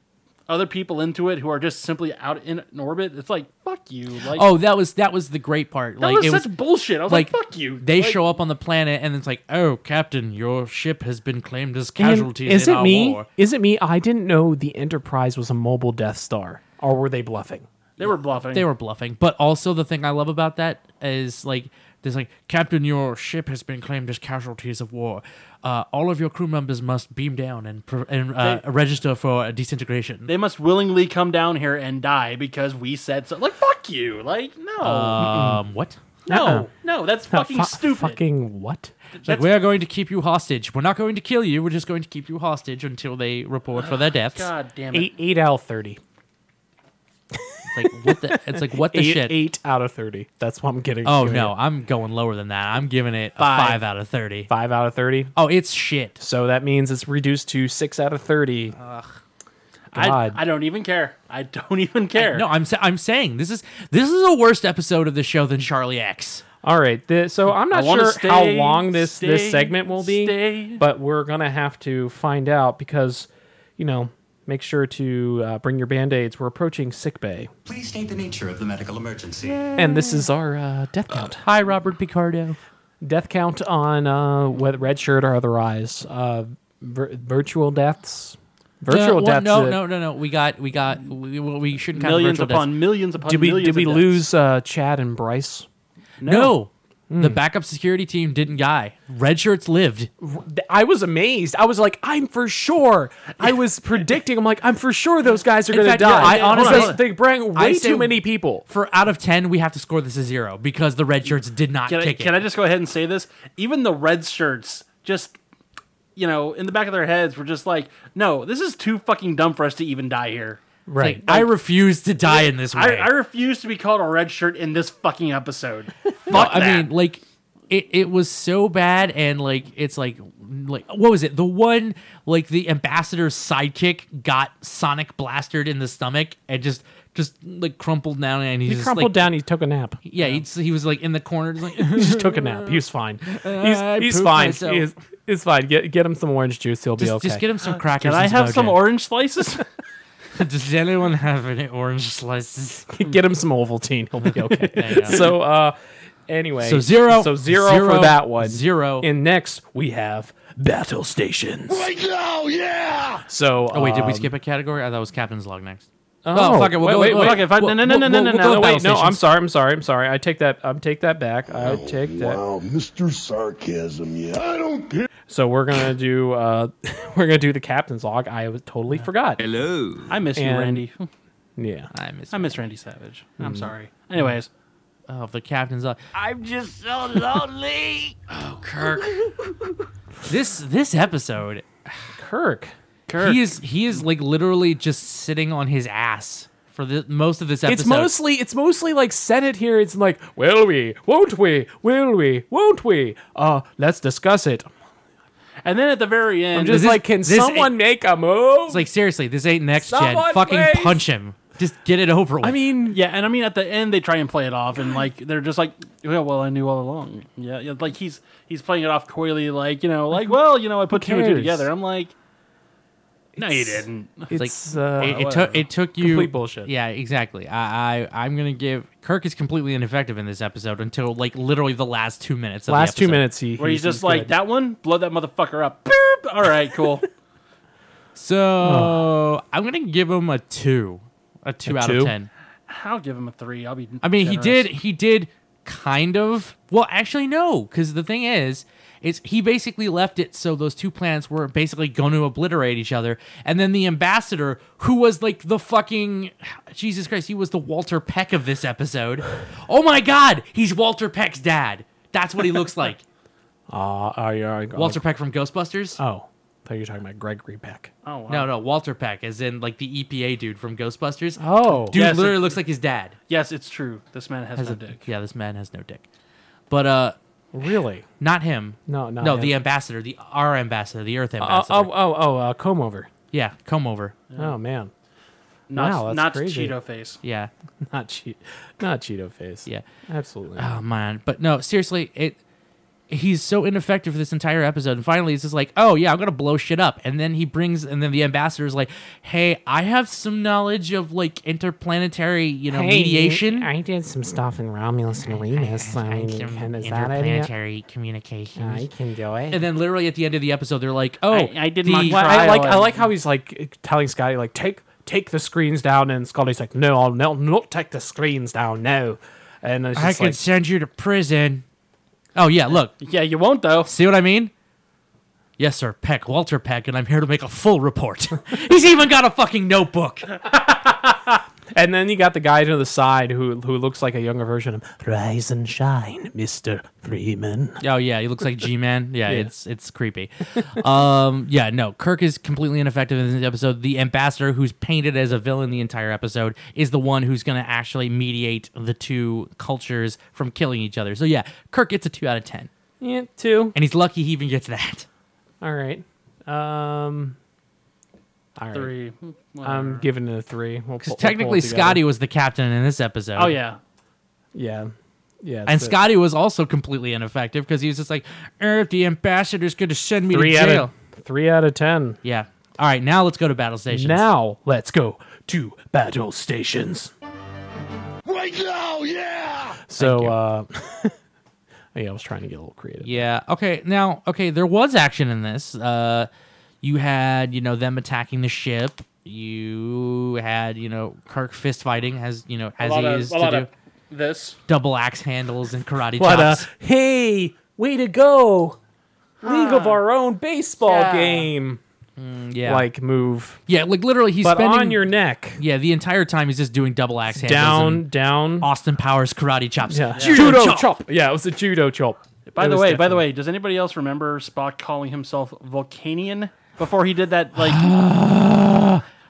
[SPEAKER 4] other people into it who are just simply out in an orbit. It's like fuck you. Like
[SPEAKER 5] Oh, that was that was the great part.
[SPEAKER 4] that
[SPEAKER 5] like
[SPEAKER 4] was
[SPEAKER 5] it
[SPEAKER 4] such
[SPEAKER 5] was
[SPEAKER 4] bullshit. I was like,
[SPEAKER 5] like
[SPEAKER 4] fuck you.
[SPEAKER 5] They
[SPEAKER 4] Like,
[SPEAKER 5] show up on the planet and it's like, oh, Captain, your ship has been claimed as
[SPEAKER 3] And
[SPEAKER 5] casualties
[SPEAKER 3] is
[SPEAKER 5] in
[SPEAKER 3] it
[SPEAKER 5] our
[SPEAKER 3] me?
[SPEAKER 5] war.
[SPEAKER 3] Is it me? I didn't know the Enterprise was a mobile Death Star, or were they bluffing?
[SPEAKER 4] They were bluffing.
[SPEAKER 5] They were bluffing. But also the thing I love about that is like there's like, Captain, your ship has been claimed as casualties of war. Uh, all of your crew members must beam down and pr- and uh, register for disintegration.
[SPEAKER 4] They must willingly come down here and die because we said so. Like fuck you. Like no,
[SPEAKER 5] um, what?
[SPEAKER 4] no,
[SPEAKER 3] Uh, uh-uh.
[SPEAKER 4] no. That's fucking
[SPEAKER 3] Fu-
[SPEAKER 4] stupid.
[SPEAKER 3] Fucking what?
[SPEAKER 5] It's like we are going to keep you hostage. We're not going to kill you. We're just going to keep you hostage until they report for their deaths.
[SPEAKER 4] God damn it.
[SPEAKER 3] Eight eight out of thirty.
[SPEAKER 5] It's like what the? It's like what the
[SPEAKER 3] eight,
[SPEAKER 5] shit?
[SPEAKER 3] eight out of thirty. That's what I'm getting.
[SPEAKER 5] Oh
[SPEAKER 3] to
[SPEAKER 5] no,
[SPEAKER 3] here.
[SPEAKER 5] I'm going lower than that. I'm giving it a
[SPEAKER 3] Five.
[SPEAKER 5] five out of thirty.
[SPEAKER 3] Five out of thirty.
[SPEAKER 5] Oh, it's shit.
[SPEAKER 3] So that means it's reduced to six out of thirty.
[SPEAKER 4] I,
[SPEAKER 3] God.
[SPEAKER 4] I don't even care. I don't even care.
[SPEAKER 5] No, I'm sa- I'm saying this is this is a worse episode of the show than Charlie X.
[SPEAKER 3] All right. th- so I'm
[SPEAKER 4] I
[SPEAKER 3] not
[SPEAKER 4] wanna
[SPEAKER 3] sure how
[SPEAKER 4] stay,
[SPEAKER 3] long this
[SPEAKER 4] stay,
[SPEAKER 3] this segment will be,
[SPEAKER 4] stay.
[SPEAKER 3] but we're gonna have to find out because, you know, make sure to uh, bring your band aids. We're approaching sick bay,
[SPEAKER 11] Please state the nature of the medical emergency.
[SPEAKER 3] and this is our uh, death count.
[SPEAKER 5] Hi, Robert Picardo.
[SPEAKER 3] death count on uh, whether red shirt or otherwise. Uh, vir- virtual deaths. Virtual
[SPEAKER 5] Uh, well,
[SPEAKER 3] deaths.
[SPEAKER 5] no,
[SPEAKER 3] uh,
[SPEAKER 5] no, no, no. We got we got we, well, we shouldn't count
[SPEAKER 4] millions
[SPEAKER 5] virtual deaths.
[SPEAKER 4] upon millions upon
[SPEAKER 3] Did we
[SPEAKER 4] millions.
[SPEAKER 3] did we
[SPEAKER 4] of deaths.
[SPEAKER 3] lose uh, Chad and Bryce?
[SPEAKER 5] No,
[SPEAKER 4] Hmm.
[SPEAKER 5] the backup security team didn't die. Red shirts lived.
[SPEAKER 3] Th- I was amazed. I was like, I'm for sure. I was predicting. I'm like, I'm for sure those guys are
[SPEAKER 5] In
[SPEAKER 3] going to
[SPEAKER 5] fact, yeah,
[SPEAKER 3] die.
[SPEAKER 5] I honestly-
[SPEAKER 3] Because they bring
[SPEAKER 5] I
[SPEAKER 3] way
[SPEAKER 5] say-
[SPEAKER 3] too many people.
[SPEAKER 5] For out of ten, we have to score this a zero because the red shirts did not
[SPEAKER 4] Can I,
[SPEAKER 5] kick
[SPEAKER 4] can
[SPEAKER 5] it.
[SPEAKER 4] I just go ahead and say this? Even the red shirts, just you know, in the back of their heads, were just like, no, this is too fucking dumb for us to even die here.
[SPEAKER 5] Like, I refuse to die in this way.
[SPEAKER 4] I, I refuse to be called a red shirt in this fucking episode. Fuck
[SPEAKER 5] No, I
[SPEAKER 4] that.
[SPEAKER 5] mean, like it, it was so bad, and like it's like like what was it? The one like the ambassador's sidekick got sonic blastered in the stomach and just just like crumpled down, and he's
[SPEAKER 3] He
[SPEAKER 5] just
[SPEAKER 3] crumpled
[SPEAKER 5] like,
[SPEAKER 3] down. He took a nap. He
[SPEAKER 5] Yeah, he's, he was like in the corner, just like
[SPEAKER 3] just took a nap. He was fine. He's,
[SPEAKER 5] Uh, I
[SPEAKER 3] he's
[SPEAKER 5] pooped
[SPEAKER 3] fine.
[SPEAKER 5] myself.
[SPEAKER 3] He's, he's fine. Get get him some orange juice. He'll be
[SPEAKER 5] just,
[SPEAKER 3] okay.
[SPEAKER 5] just get him some crackers.
[SPEAKER 4] Can I
[SPEAKER 5] and
[SPEAKER 4] have some
[SPEAKER 5] Smojo.
[SPEAKER 4] orange slices?
[SPEAKER 5] Does anyone have any orange slices?
[SPEAKER 3] get him some Ovaltine. He'll be okay.
[SPEAKER 5] Yeah.
[SPEAKER 3] so uh, anyway,
[SPEAKER 5] So zero,
[SPEAKER 3] so zero,
[SPEAKER 5] zero,
[SPEAKER 3] for that one,
[SPEAKER 5] zero.
[SPEAKER 3] And next we have battle stations. Right now, yeah. So
[SPEAKER 5] Oh wait, did we
[SPEAKER 3] um,
[SPEAKER 5] skip a category? I thought it was captain's log next.
[SPEAKER 3] Oh,
[SPEAKER 5] fuck it. We'll
[SPEAKER 3] wait,
[SPEAKER 5] go,
[SPEAKER 3] wait,
[SPEAKER 5] we'll-
[SPEAKER 3] wait.
[SPEAKER 4] Fuck it. Fuck-
[SPEAKER 5] we'll-
[SPEAKER 4] no, no, no,
[SPEAKER 5] we'll-
[SPEAKER 4] no,
[SPEAKER 5] we'll-
[SPEAKER 4] no,
[SPEAKER 5] we'll
[SPEAKER 4] no,
[SPEAKER 5] go
[SPEAKER 4] no,
[SPEAKER 5] with
[SPEAKER 3] wait,
[SPEAKER 5] Battle
[SPEAKER 3] no, I'm
[SPEAKER 5] Stations.
[SPEAKER 3] sorry, I'm sorry, I'm sorry. I take that, I take that back. I
[SPEAKER 4] Oh,
[SPEAKER 3] take that.
[SPEAKER 12] Mr. Sarcasm, yeah. I don't care.
[SPEAKER 3] So we're gonna do, uh, we're gonna do the captain's log. I was totally forgot.
[SPEAKER 8] Hello.
[SPEAKER 4] I miss you,
[SPEAKER 3] And- Mm.
[SPEAKER 4] Randy.
[SPEAKER 3] Yeah.
[SPEAKER 5] I miss.
[SPEAKER 4] I miss Randy Savage. I'm sorry. Anyways,
[SPEAKER 5] Oh, the captain's log.
[SPEAKER 8] I'm just so lonely.
[SPEAKER 5] Kirk. this this episode,
[SPEAKER 3] Kirk.
[SPEAKER 4] Kirk.
[SPEAKER 5] he is he is like literally just sitting on his ass for the most of this episode.
[SPEAKER 3] It's mostly, it's mostly like said it here. It's like, will we? Won't we? Will we? Won't we? Uh, let's discuss it.
[SPEAKER 4] and then at the very end,
[SPEAKER 3] I'm just
[SPEAKER 5] this-
[SPEAKER 3] like, can
[SPEAKER 5] this
[SPEAKER 3] someone
[SPEAKER 5] ain't-
[SPEAKER 3] make a move?
[SPEAKER 5] It's like seriously, this ain't next gen.
[SPEAKER 3] Someone
[SPEAKER 5] Fucking
[SPEAKER 3] please.
[SPEAKER 5] punch him. Just get it over with.
[SPEAKER 3] I mean,
[SPEAKER 4] Yeah, and I mean at the end they try and play it off and like they're just like, yeah, well I knew all along. Yeah, yeah like he's he's playing it off coyly, like you know, like well you know I put two and two
[SPEAKER 3] cares?
[SPEAKER 4] together. I'm like, no, you
[SPEAKER 3] It's-
[SPEAKER 4] didn't.
[SPEAKER 3] it's
[SPEAKER 5] like
[SPEAKER 3] uh,
[SPEAKER 5] it, it took it took you
[SPEAKER 3] Complete bullshit.
[SPEAKER 5] Yeah, exactly. I, I I'm gonna give Kirk is completely ineffective in this episode until like literally the last two minutes. Of the
[SPEAKER 3] last two
[SPEAKER 5] episode.
[SPEAKER 3] minutes. He
[SPEAKER 4] Where he's, just like
[SPEAKER 3] good.
[SPEAKER 4] that one, blow that motherfucker up. Boop. All right, cool.
[SPEAKER 5] So I'm gonna give him a two, a two
[SPEAKER 3] A
[SPEAKER 5] out
[SPEAKER 3] two?
[SPEAKER 5] of ten.
[SPEAKER 4] I'll give him a three. I'll be.
[SPEAKER 5] I mean, he
[SPEAKER 4] generous.
[SPEAKER 5] did. He did kind of. Well, actually, no, because the thing is, is he basically left it so those two planets were basically going to obliterate each other, and then the ambassador, who was like the fucking Jesus Christ, he was the Walter Peck of this episode. Oh my God, he's Walter Peck's dad. That's what he looks like.
[SPEAKER 3] Uh, oh, you're,
[SPEAKER 5] Walter Peck from Ghostbusters.
[SPEAKER 3] Oh, I thought you were talking about Gregory Peck.
[SPEAKER 4] Oh wow.
[SPEAKER 5] no, no, Walter Peck, as in like the EPA dude from Ghostbusters.
[SPEAKER 3] Oh,
[SPEAKER 5] Dude
[SPEAKER 4] Yes,
[SPEAKER 5] literally
[SPEAKER 4] it-
[SPEAKER 5] looks like his dad.
[SPEAKER 4] Yes, it's true. This man has,
[SPEAKER 5] Has
[SPEAKER 4] no
[SPEAKER 5] a-
[SPEAKER 4] dick.
[SPEAKER 5] Yeah, this man has no dick. But uh,
[SPEAKER 3] really?
[SPEAKER 5] Not him.
[SPEAKER 3] No, not
[SPEAKER 5] no.
[SPEAKER 3] him.
[SPEAKER 5] The ambassador, the our ambassador, the Earth
[SPEAKER 3] Oh,
[SPEAKER 5] ambassador.
[SPEAKER 3] oh, oh, oh uh, comb over.
[SPEAKER 5] yeah, come over.
[SPEAKER 3] Oh man,
[SPEAKER 4] Not,
[SPEAKER 3] Wow, that's
[SPEAKER 4] not
[SPEAKER 3] crazy.
[SPEAKER 4] Cheeto face.
[SPEAKER 5] Yeah,
[SPEAKER 3] not cheat, not Cheeto face.
[SPEAKER 5] yeah. Uh,
[SPEAKER 3] absolutely.
[SPEAKER 5] Oh man, but no, seriously, it he's so ineffective for this entire episode. And finally, he's just like, "Oh yeah, I'm gonna blow shit up." And then he brings, and then the ambassador's like, "Hey, I have some knowledge of like interplanetary, you know, mediation."
[SPEAKER 10] I did some stuff in Romulus and Remus. I, mean, can, is that any?
[SPEAKER 9] interplanetary communications.
[SPEAKER 10] I can do it.
[SPEAKER 5] And then literally at the end of the episode, they're like, "Oh,
[SPEAKER 4] I- I did
[SPEAKER 5] the-
[SPEAKER 4] my
[SPEAKER 3] Well, I
[SPEAKER 4] trial
[SPEAKER 3] like I
[SPEAKER 4] and-
[SPEAKER 3] like how he's like telling Scotty like take take the screens down, and Scotty's like no, I'll no, not take the screens down, no. And it's
[SPEAKER 5] I
[SPEAKER 3] just
[SPEAKER 5] could
[SPEAKER 3] like,
[SPEAKER 5] send you to prison." Oh yeah, look,
[SPEAKER 4] Yeah, you won't though.
[SPEAKER 5] see what I mean? Yes, sir, Peck, Walter Peck, and I'm here to make a full report. he's even got a fucking notebook.
[SPEAKER 3] and then you got the guy to the side who who looks like a younger version of Rise and Shine, Mister Freeman.
[SPEAKER 5] Oh yeah, he looks like G Man. Yeah, it's it's creepy. um, yeah, no, Kirk is completely ineffective in this episode. The ambassador, who's painted as a villain the entire episode, is the one who's going to actually mediate the two cultures from killing each other. So yeah, Kirk gets a two out of ten,
[SPEAKER 3] Yeah, two.
[SPEAKER 5] and he's lucky he even gets that.
[SPEAKER 3] All right. Um. Uh, all right.
[SPEAKER 4] Three. Well,
[SPEAKER 3] I'm giving it a three. We'll
[SPEAKER 5] Because
[SPEAKER 3] pull- we'll pull it
[SPEAKER 5] technically,
[SPEAKER 3] together.
[SPEAKER 5] Scotty was the captain in this episode.
[SPEAKER 4] oh yeah.
[SPEAKER 3] Yeah. Yeah.
[SPEAKER 5] And
[SPEAKER 3] that's it.
[SPEAKER 5] Scotty was also completely ineffective because he was just like, er, the ambassador's going to send me
[SPEAKER 3] three
[SPEAKER 5] to
[SPEAKER 3] out
[SPEAKER 5] jail.
[SPEAKER 3] of three out of ten.
[SPEAKER 5] yeah. All right, now let's go to battle stations.
[SPEAKER 3] Now let's go to battle stations.
[SPEAKER 12] Right now, yeah!
[SPEAKER 3] So, uh, yeah, I was trying to get a little creative.
[SPEAKER 5] Yeah. Okay. Now, okay, there was action in this. Uh, you had, you know, them attacking the ship. You had, you know, Kirk fist fighting as you know as
[SPEAKER 4] A lot
[SPEAKER 5] he
[SPEAKER 4] of-
[SPEAKER 5] is
[SPEAKER 4] a lot
[SPEAKER 5] to do
[SPEAKER 4] of this.
[SPEAKER 5] double axe handles and karate
[SPEAKER 3] But uh,
[SPEAKER 5] chops.
[SPEAKER 3] hey, way to go! League of Our Own baseball
[SPEAKER 4] Yeah.
[SPEAKER 3] game,
[SPEAKER 5] yeah.
[SPEAKER 3] like move,
[SPEAKER 5] yeah, like literally he's
[SPEAKER 3] but
[SPEAKER 5] spending
[SPEAKER 3] on your neck,
[SPEAKER 5] yeah the entire time he's just doing double axe handles.
[SPEAKER 3] down,
[SPEAKER 5] and
[SPEAKER 3] down.
[SPEAKER 5] Austin Powers karate chops.
[SPEAKER 3] Yeah.
[SPEAKER 5] Judo chop.
[SPEAKER 3] Yeah, it was a judo chop.
[SPEAKER 4] By
[SPEAKER 3] It
[SPEAKER 4] the
[SPEAKER 3] was
[SPEAKER 4] way, by the
[SPEAKER 3] definitely-
[SPEAKER 4] way, does anybody else remember Spock calling himself Vulcanian before he did that like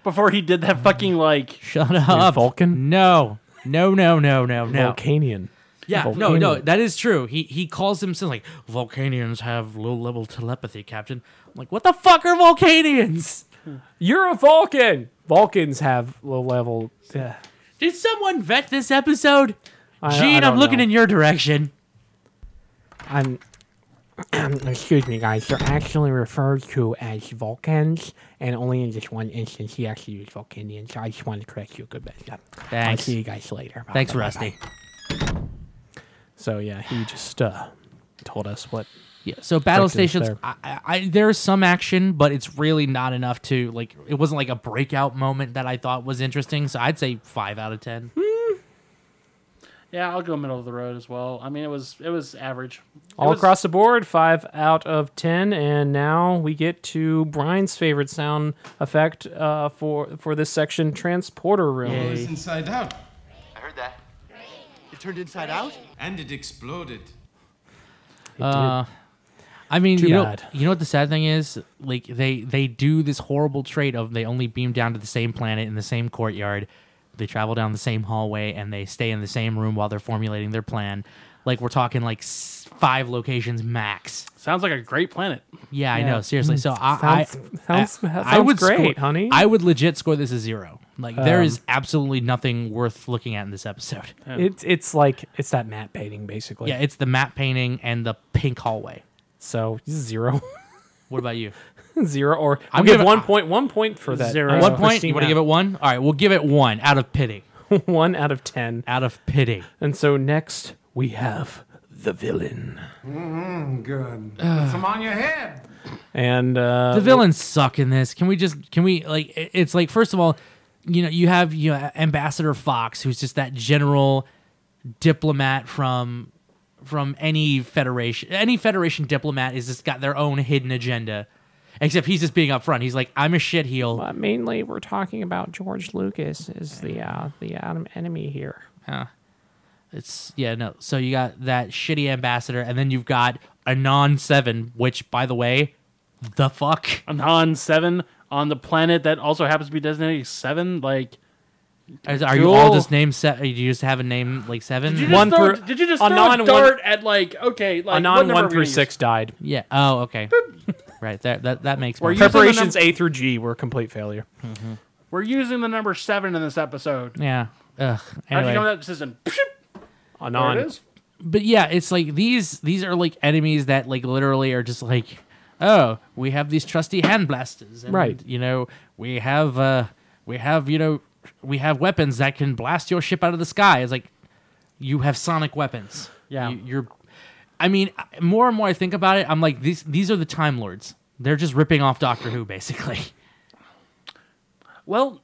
[SPEAKER 4] before he did that fucking like
[SPEAKER 5] Shut up,
[SPEAKER 3] Vulcan?
[SPEAKER 5] No, no, no, no, no, no.
[SPEAKER 3] Vulcanian.
[SPEAKER 5] Yeah, no,
[SPEAKER 3] Vulcanian.
[SPEAKER 5] no, that is true. He he calls himself like Vulcanians have low level telepathy, Captain. I'm like, what the fuck are Vulcanians?
[SPEAKER 3] You're a Vulcan. Vulcans have low level. Yeah.
[SPEAKER 5] Did someone vet this episode?
[SPEAKER 3] I- I
[SPEAKER 5] Gene, I'm
[SPEAKER 3] don't
[SPEAKER 5] looking
[SPEAKER 3] know.
[SPEAKER 5] in your direction.
[SPEAKER 10] I'm. excuse me, guys. They're actually referred to as Vulcans, and only in this one instance he actually used Vulcanian. So I just wanted to correct you. Good bit. Yeah. I'll
[SPEAKER 5] Thanks.
[SPEAKER 10] see you guys later. Bye,
[SPEAKER 5] Thanks,
[SPEAKER 10] bye, bye,
[SPEAKER 5] Rusty.
[SPEAKER 3] So yeah, he just uh, told us what.
[SPEAKER 5] Yeah, so battle
[SPEAKER 3] Thanks, it was
[SPEAKER 5] stations, I, I, I, there's some action, but it's really not enough to like. It wasn't like a breakout moment that I thought was interesting. So I'd say five out of ten.
[SPEAKER 4] Yeah, I'll go middle of the road as well. I mean, it was it was average. It
[SPEAKER 3] All
[SPEAKER 4] was-
[SPEAKER 3] across the board, five out of ten, and now we get to Brian's favorite sound effect uh, for for this section, transporter room.
[SPEAKER 12] inside out.
[SPEAKER 11] I heard that.
[SPEAKER 12] It turned inside out? And it exploded.
[SPEAKER 5] Uh, I mean,
[SPEAKER 3] Too
[SPEAKER 5] you know,
[SPEAKER 3] bad.
[SPEAKER 5] you know what the sad thing is? Like they they do this horrible trait of they only beam down to the same planet in the same courtyard. They travel down the same hallway and they stay in the same room while they're formulating their plan. Like we're talking like s- five locations max.
[SPEAKER 4] sounds like a great planet.
[SPEAKER 5] Yeah, I know. Seriously, so I
[SPEAKER 3] Mm. Sounds-
[SPEAKER 5] I,
[SPEAKER 3] sounds-
[SPEAKER 5] I, I
[SPEAKER 3] sounds
[SPEAKER 5] would score-
[SPEAKER 3] great, honey. Um,
[SPEAKER 5] I would legit score this a zero. Like there is absolutely nothing worth looking at in this episode.
[SPEAKER 3] It's it's like it's that matte painting basically.
[SPEAKER 5] Yeah, it's the map painting and the pink hallway.
[SPEAKER 3] So zero,
[SPEAKER 5] What about you?
[SPEAKER 3] zero, or
[SPEAKER 5] I'm
[SPEAKER 3] I'll give
[SPEAKER 5] giving-
[SPEAKER 3] one point, one point for that.
[SPEAKER 4] Zero.
[SPEAKER 3] uh,
[SPEAKER 5] one point.
[SPEAKER 3] Christine
[SPEAKER 5] You want to give it one? All right, we'll give it one out of pity.
[SPEAKER 3] Hack. one out of ten?
[SPEAKER 5] Out of pity.
[SPEAKER 3] And so next we have the villain,
[SPEAKER 12] Come on your head.
[SPEAKER 3] and uh,
[SPEAKER 5] The villains suck in this. Can we just? Can we like? it- It's like first of all, you know, you have you know, Ambassador Fox, who's just that general diplomat from from any federation. Any federation diplomat is just got their own hidden agenda. Except he's just being upfront. He's like, I'm a shitheel.
[SPEAKER 10] But mainly, we're talking about George Lucas is the uh, the atom enemy here.
[SPEAKER 5] It's yeah, no. So you got that shitty ambassador, and then you've got Anon Seven, which by the way, the fuck.
[SPEAKER 4] Anon Seven on the planet that also happens to be designated Seven. Like,
[SPEAKER 5] Is- are you all
[SPEAKER 4] Cool.
[SPEAKER 5] just named seven? Do you just have a name like seven?
[SPEAKER 4] did you just
[SPEAKER 3] One
[SPEAKER 4] throw,
[SPEAKER 3] through-
[SPEAKER 4] did you just throw
[SPEAKER 3] Anon
[SPEAKER 4] a
[SPEAKER 3] one-
[SPEAKER 4] dart at like okay like what
[SPEAKER 3] Anon
[SPEAKER 4] number are
[SPEAKER 3] one
[SPEAKER 4] we
[SPEAKER 3] through
[SPEAKER 4] gonna
[SPEAKER 3] six died.
[SPEAKER 5] Yeah. Oh, okay. right. That that that makes
[SPEAKER 4] Were
[SPEAKER 5] more
[SPEAKER 4] you-
[SPEAKER 5] sense.
[SPEAKER 3] Preparations A through G were a complete failure.
[SPEAKER 4] use? We're using the number seven in this episode.
[SPEAKER 5] Yeah. Ugh.
[SPEAKER 4] How'd you come
[SPEAKER 5] Anyway,
[SPEAKER 4] to that decision?
[SPEAKER 3] Anon,
[SPEAKER 4] There it is.
[SPEAKER 5] but yeah, it's like these these are like enemies that like literally are just like, oh, we have these trusty hand blasters, and,
[SPEAKER 3] Right.
[SPEAKER 5] You know, we have uh, we have you know, we have weapons that can blast your ship out of the sky. It's like, you have sonic weapons.
[SPEAKER 4] Yeah.
[SPEAKER 5] you, you're. I mean, I- more and more I think about it, I'm like these these are the Time Lords. They're just ripping off Doctor Who, basically.
[SPEAKER 4] Well,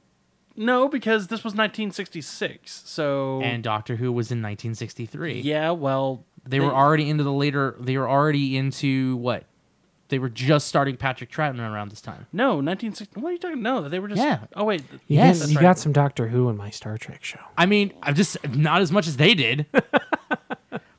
[SPEAKER 4] no, because this was 1966. So
[SPEAKER 5] And Doctor Who was in 1963.
[SPEAKER 4] yeah, well,
[SPEAKER 5] they were already into the later. They were already into what? They were just starting Patrick Troughton around this time.
[SPEAKER 4] no 1960. What are you talking? No, they were just.
[SPEAKER 5] Yeah.
[SPEAKER 4] Oh wait. th-
[SPEAKER 5] You Yes. didn't-
[SPEAKER 4] that's
[SPEAKER 5] you
[SPEAKER 4] right.
[SPEAKER 5] got
[SPEAKER 10] Got some Doctor Who in my Star Trek show.
[SPEAKER 5] I mean, I'm just not as much as they did.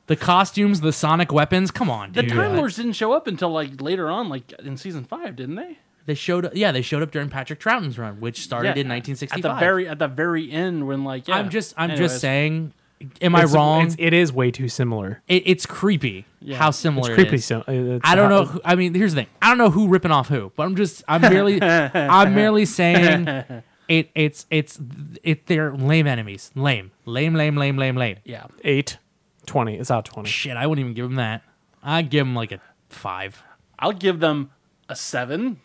[SPEAKER 5] the costumes, the sonic weapons. Come on,
[SPEAKER 4] The
[SPEAKER 5] dude.
[SPEAKER 4] Time Lords didn't show up until like later on, like in season five, didn't they?
[SPEAKER 5] They showed. Yeah, they showed up during Patrick Troughton's run, which started
[SPEAKER 4] Yeah,
[SPEAKER 5] in 1965.
[SPEAKER 4] At the very at the very end, when like yeah.
[SPEAKER 5] I'm just. I'm
[SPEAKER 4] Anyways.
[SPEAKER 5] just saying. Am I wrong?
[SPEAKER 3] It's, it is way too similar.
[SPEAKER 5] It, it's creepy
[SPEAKER 4] Yeah.
[SPEAKER 5] how similar
[SPEAKER 3] It's creepy
[SPEAKER 5] it is.
[SPEAKER 3] sim- it's
[SPEAKER 5] I don't
[SPEAKER 3] how-
[SPEAKER 5] know. Who, I mean, here's the thing. I don't know who ripping off who, but I'm just. I'm merely. I'm merely saying. It. It's. It's. It. They're lame enemies. Lame. Lame. Lame. Lame. Lame. Lame.
[SPEAKER 4] Yeah.
[SPEAKER 3] Eight, 20. It's out 20.
[SPEAKER 5] Shit. I wouldn't even give them that. I'd give them like a five.
[SPEAKER 4] I'll give them a seven.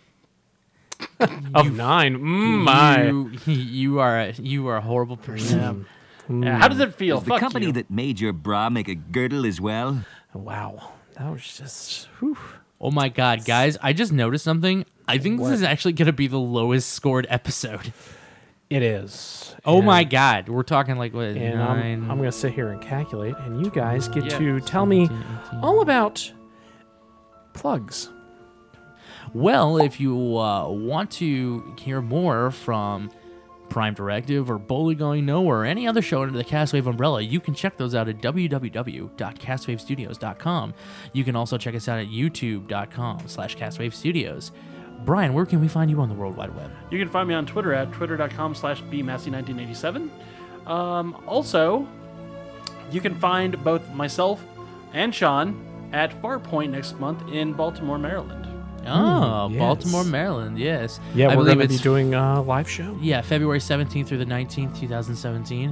[SPEAKER 3] Of nine. Mm, my.
[SPEAKER 5] You, you are. A, you are a horrible person.
[SPEAKER 4] Yeah, how does it feel?
[SPEAKER 13] Is the
[SPEAKER 4] Fuck
[SPEAKER 13] company
[SPEAKER 4] you.
[SPEAKER 13] that made your bra make a girdle as well?
[SPEAKER 3] Wow. That was just. Whew.
[SPEAKER 5] Oh my god, guys! I just noticed something. I think this is actually going to be the lowest scored episode.
[SPEAKER 3] It is.
[SPEAKER 5] Oh
[SPEAKER 3] And-
[SPEAKER 5] my god, we're talking like what?
[SPEAKER 3] And I'm, I'm going to sit here and calculate, and you guys get
[SPEAKER 4] Yeah.
[SPEAKER 3] to tell me all about plugs.
[SPEAKER 5] Well, if you uh, want to hear more from Prime Directive or Bully Going Nowhere or any other show under the Castwave umbrella, you can check those out at www.castwavestudios.com. You can also check us out at youtube.com slash castwavestudios. Brian, where can we find you on the World Wide Web?
[SPEAKER 4] You can find me on Twitter at twitter.com slash bmassey1987. Um, also, you can find both myself and Sean at Farpoint next month in Baltimore, Maryland.
[SPEAKER 5] Oh,
[SPEAKER 3] Hmm, yes.
[SPEAKER 5] Baltimore, Maryland, yes.
[SPEAKER 3] Yeah,
[SPEAKER 5] I
[SPEAKER 3] we're
[SPEAKER 5] believe
[SPEAKER 3] going to be
[SPEAKER 5] it's-
[SPEAKER 3] doing a live show.
[SPEAKER 5] Yeah, February 17th through the 19th, 2017.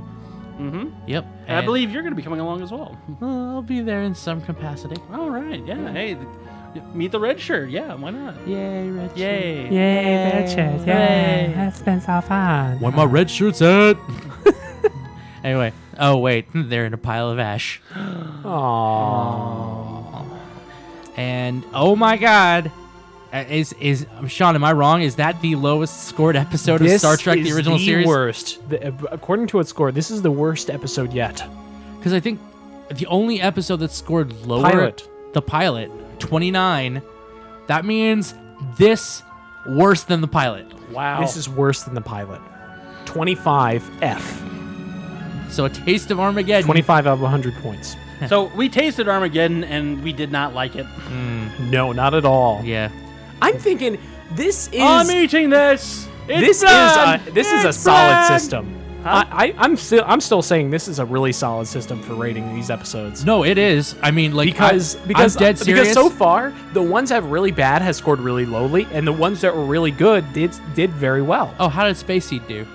[SPEAKER 4] Mm-hmm.
[SPEAKER 5] Yep.
[SPEAKER 4] And, I believe you're going to be coming along as well.
[SPEAKER 5] I'll be there in some capacity.
[SPEAKER 4] All right. Yeah. Hey, th- meet the red shirt. Yeah. Why not?
[SPEAKER 5] Yay, Red
[SPEAKER 4] Yay.
[SPEAKER 10] Yay, bitches. Yeah, that's been so fun.
[SPEAKER 5] Where my red shirt's at? anyway, oh wait, they're in a pile of ash. And oh my god, Uh, is is um, Sean? Am I wrong? Is that the lowest scored episode of
[SPEAKER 3] This
[SPEAKER 5] Star Trek: The
[SPEAKER 3] is
[SPEAKER 5] Original
[SPEAKER 3] the
[SPEAKER 5] Series?
[SPEAKER 3] worst. The- according to its score, this is the worst episode yet.
[SPEAKER 5] Because I think the only episode that scored lower,
[SPEAKER 3] Pilot.
[SPEAKER 5] the pilot, twenty nine. That means this worse than the pilot.
[SPEAKER 4] Wow.
[SPEAKER 3] This is worse than the pilot. 25F.
[SPEAKER 5] So a taste of Armageddon.
[SPEAKER 3] 25 out of 100 points.
[SPEAKER 4] so we tasted Armageddon and we did not like it.
[SPEAKER 3] No, not at all.
[SPEAKER 5] Yeah.
[SPEAKER 3] I'm thinking this is
[SPEAKER 4] I'm eating this. It's
[SPEAKER 3] this
[SPEAKER 4] done!
[SPEAKER 3] is a, this is a
[SPEAKER 4] It's
[SPEAKER 3] solid
[SPEAKER 4] done!
[SPEAKER 3] system. I, I, I'm still I'm still saying this is a really solid system for rating these episodes.
[SPEAKER 5] No, it is. I mean, like
[SPEAKER 3] because
[SPEAKER 5] I,
[SPEAKER 3] because
[SPEAKER 5] I'm dead serious.
[SPEAKER 3] because so far the ones that were really bad has scored really lowly, and the ones that were really good did did very well.
[SPEAKER 5] oh, how did Space Seed do?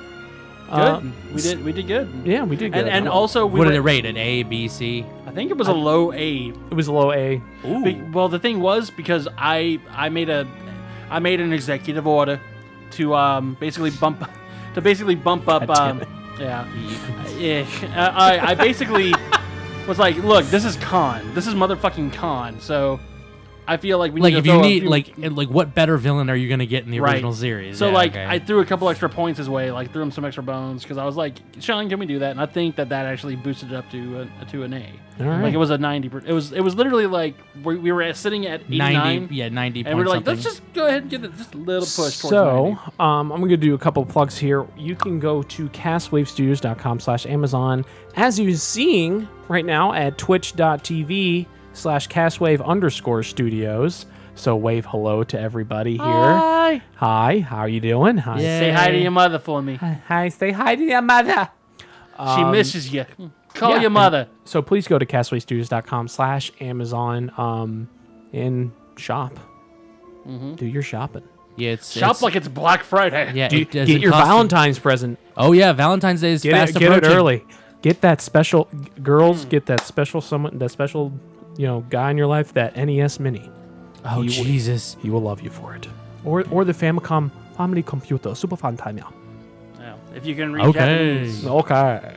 [SPEAKER 4] Good. we did. We did good.
[SPEAKER 3] Um, Yeah, we did good.
[SPEAKER 4] And, and
[SPEAKER 3] Oh.
[SPEAKER 4] also, we
[SPEAKER 5] what did
[SPEAKER 4] went-
[SPEAKER 5] it rate? An A, B, C?
[SPEAKER 4] I think it was a low A.
[SPEAKER 3] it was a low A.
[SPEAKER 4] Be- well, the thing was because I I made a I made an executive order to um basically bump to basically bump up
[SPEAKER 3] God damn
[SPEAKER 4] um yeah yeah uh, I I basically was like look this is con this is motherfucking con so I feel like we
[SPEAKER 5] Like
[SPEAKER 4] need
[SPEAKER 5] if
[SPEAKER 4] to
[SPEAKER 5] you
[SPEAKER 4] throw a
[SPEAKER 5] need
[SPEAKER 4] few-
[SPEAKER 5] like like what better villain are you gonna get in the
[SPEAKER 4] right.
[SPEAKER 5] original series?
[SPEAKER 4] So
[SPEAKER 5] Yeah,
[SPEAKER 4] like
[SPEAKER 5] okay.
[SPEAKER 4] I threw a couple extra points his way like threw him some extra bones because I was like Sean can we do that and I think that that actually boosted it up to a, to an A like it was a ninety per- it was it was literally like we, we were sitting at eighty nine
[SPEAKER 5] ninety yeah ninety.
[SPEAKER 4] and we
[SPEAKER 5] point
[SPEAKER 4] we're like, let's
[SPEAKER 5] something.
[SPEAKER 4] just go ahead and give it just a little push.
[SPEAKER 3] so,
[SPEAKER 4] towards 90.
[SPEAKER 3] um, I'm going to do a couple plugs here. You can go to castwavestudios.com slash Amazon. As you're seeing right now at twitch.tv slash castwave underscore studios. So wave hello to everybody here. Hi. Hi. How are you doing? Hi.
[SPEAKER 4] say hi to your mother for me.
[SPEAKER 3] Hi. Say hi to your mother.
[SPEAKER 4] she misses you. Call
[SPEAKER 3] yeah,
[SPEAKER 4] your mother.
[SPEAKER 3] So please go to castawaystudios.com slash Amazon um, and shop.
[SPEAKER 5] Mm-hmm.
[SPEAKER 3] Do your shopping.
[SPEAKER 5] yeah it's
[SPEAKER 4] Shop
[SPEAKER 5] it's-
[SPEAKER 4] like it's Black Friday.
[SPEAKER 5] yeah
[SPEAKER 3] Do
[SPEAKER 5] it- does
[SPEAKER 3] get
[SPEAKER 5] it
[SPEAKER 3] your
[SPEAKER 5] cost you-
[SPEAKER 3] Valentine's present.
[SPEAKER 5] Oh yeah, Valentine's Day is
[SPEAKER 3] Get,
[SPEAKER 5] fast
[SPEAKER 3] it, get it
[SPEAKER 5] approaching.
[SPEAKER 3] early. Get that special
[SPEAKER 5] Hmm.
[SPEAKER 3] girls. Get that special someone. That special, you know, guy in your life. That NES Mini.
[SPEAKER 5] Oh,
[SPEAKER 3] will-
[SPEAKER 5] Jesus.
[SPEAKER 3] he will love you for it. Or or the Famicom Family Computer Super Fan Time. Yeah.
[SPEAKER 4] Yeah. If you can read
[SPEAKER 5] Okay.
[SPEAKER 4] Japanese.
[SPEAKER 3] Okay.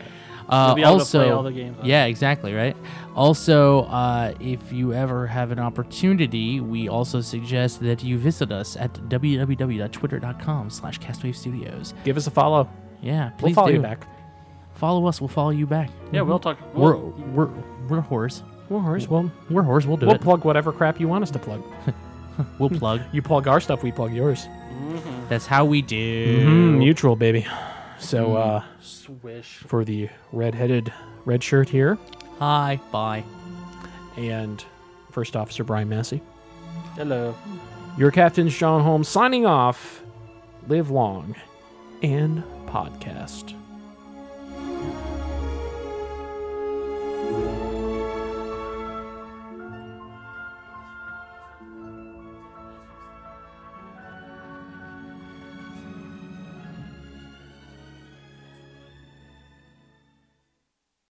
[SPEAKER 5] Uh,
[SPEAKER 4] You'll be able to
[SPEAKER 5] also,
[SPEAKER 4] play all the games.
[SPEAKER 5] yeah, exactly, right. Also, uh, if you ever have an opportunity, we also suggest that you visit us at www.twitter.com/slash Castwave Studios.
[SPEAKER 3] Give us a follow.
[SPEAKER 5] Yeah, please
[SPEAKER 3] We'll follow
[SPEAKER 5] do.
[SPEAKER 3] you back.
[SPEAKER 5] Follow us. We'll follow you back.
[SPEAKER 4] Yeah,
[SPEAKER 5] Mhm.
[SPEAKER 4] we'll talk.
[SPEAKER 5] We're
[SPEAKER 4] we'll-
[SPEAKER 5] we're we're whores.
[SPEAKER 3] We're horse. Well,
[SPEAKER 5] We're whores. We'll Mm. do
[SPEAKER 3] we'll
[SPEAKER 5] it.
[SPEAKER 3] plug whatever crap you want us to plug.
[SPEAKER 5] we'll plug.
[SPEAKER 3] You plug our stuff. We plug yours.
[SPEAKER 5] That's how we do.
[SPEAKER 3] Mhm, mutual, baby. So uh,
[SPEAKER 4] Swish.
[SPEAKER 3] for the red-headed red shirt here,
[SPEAKER 5] Mm-hmm. Hi. Bye.
[SPEAKER 3] and First Officer Brian Massey,
[SPEAKER 4] Hello.
[SPEAKER 3] your captain Sean Holmes signing off. Live long and podcast.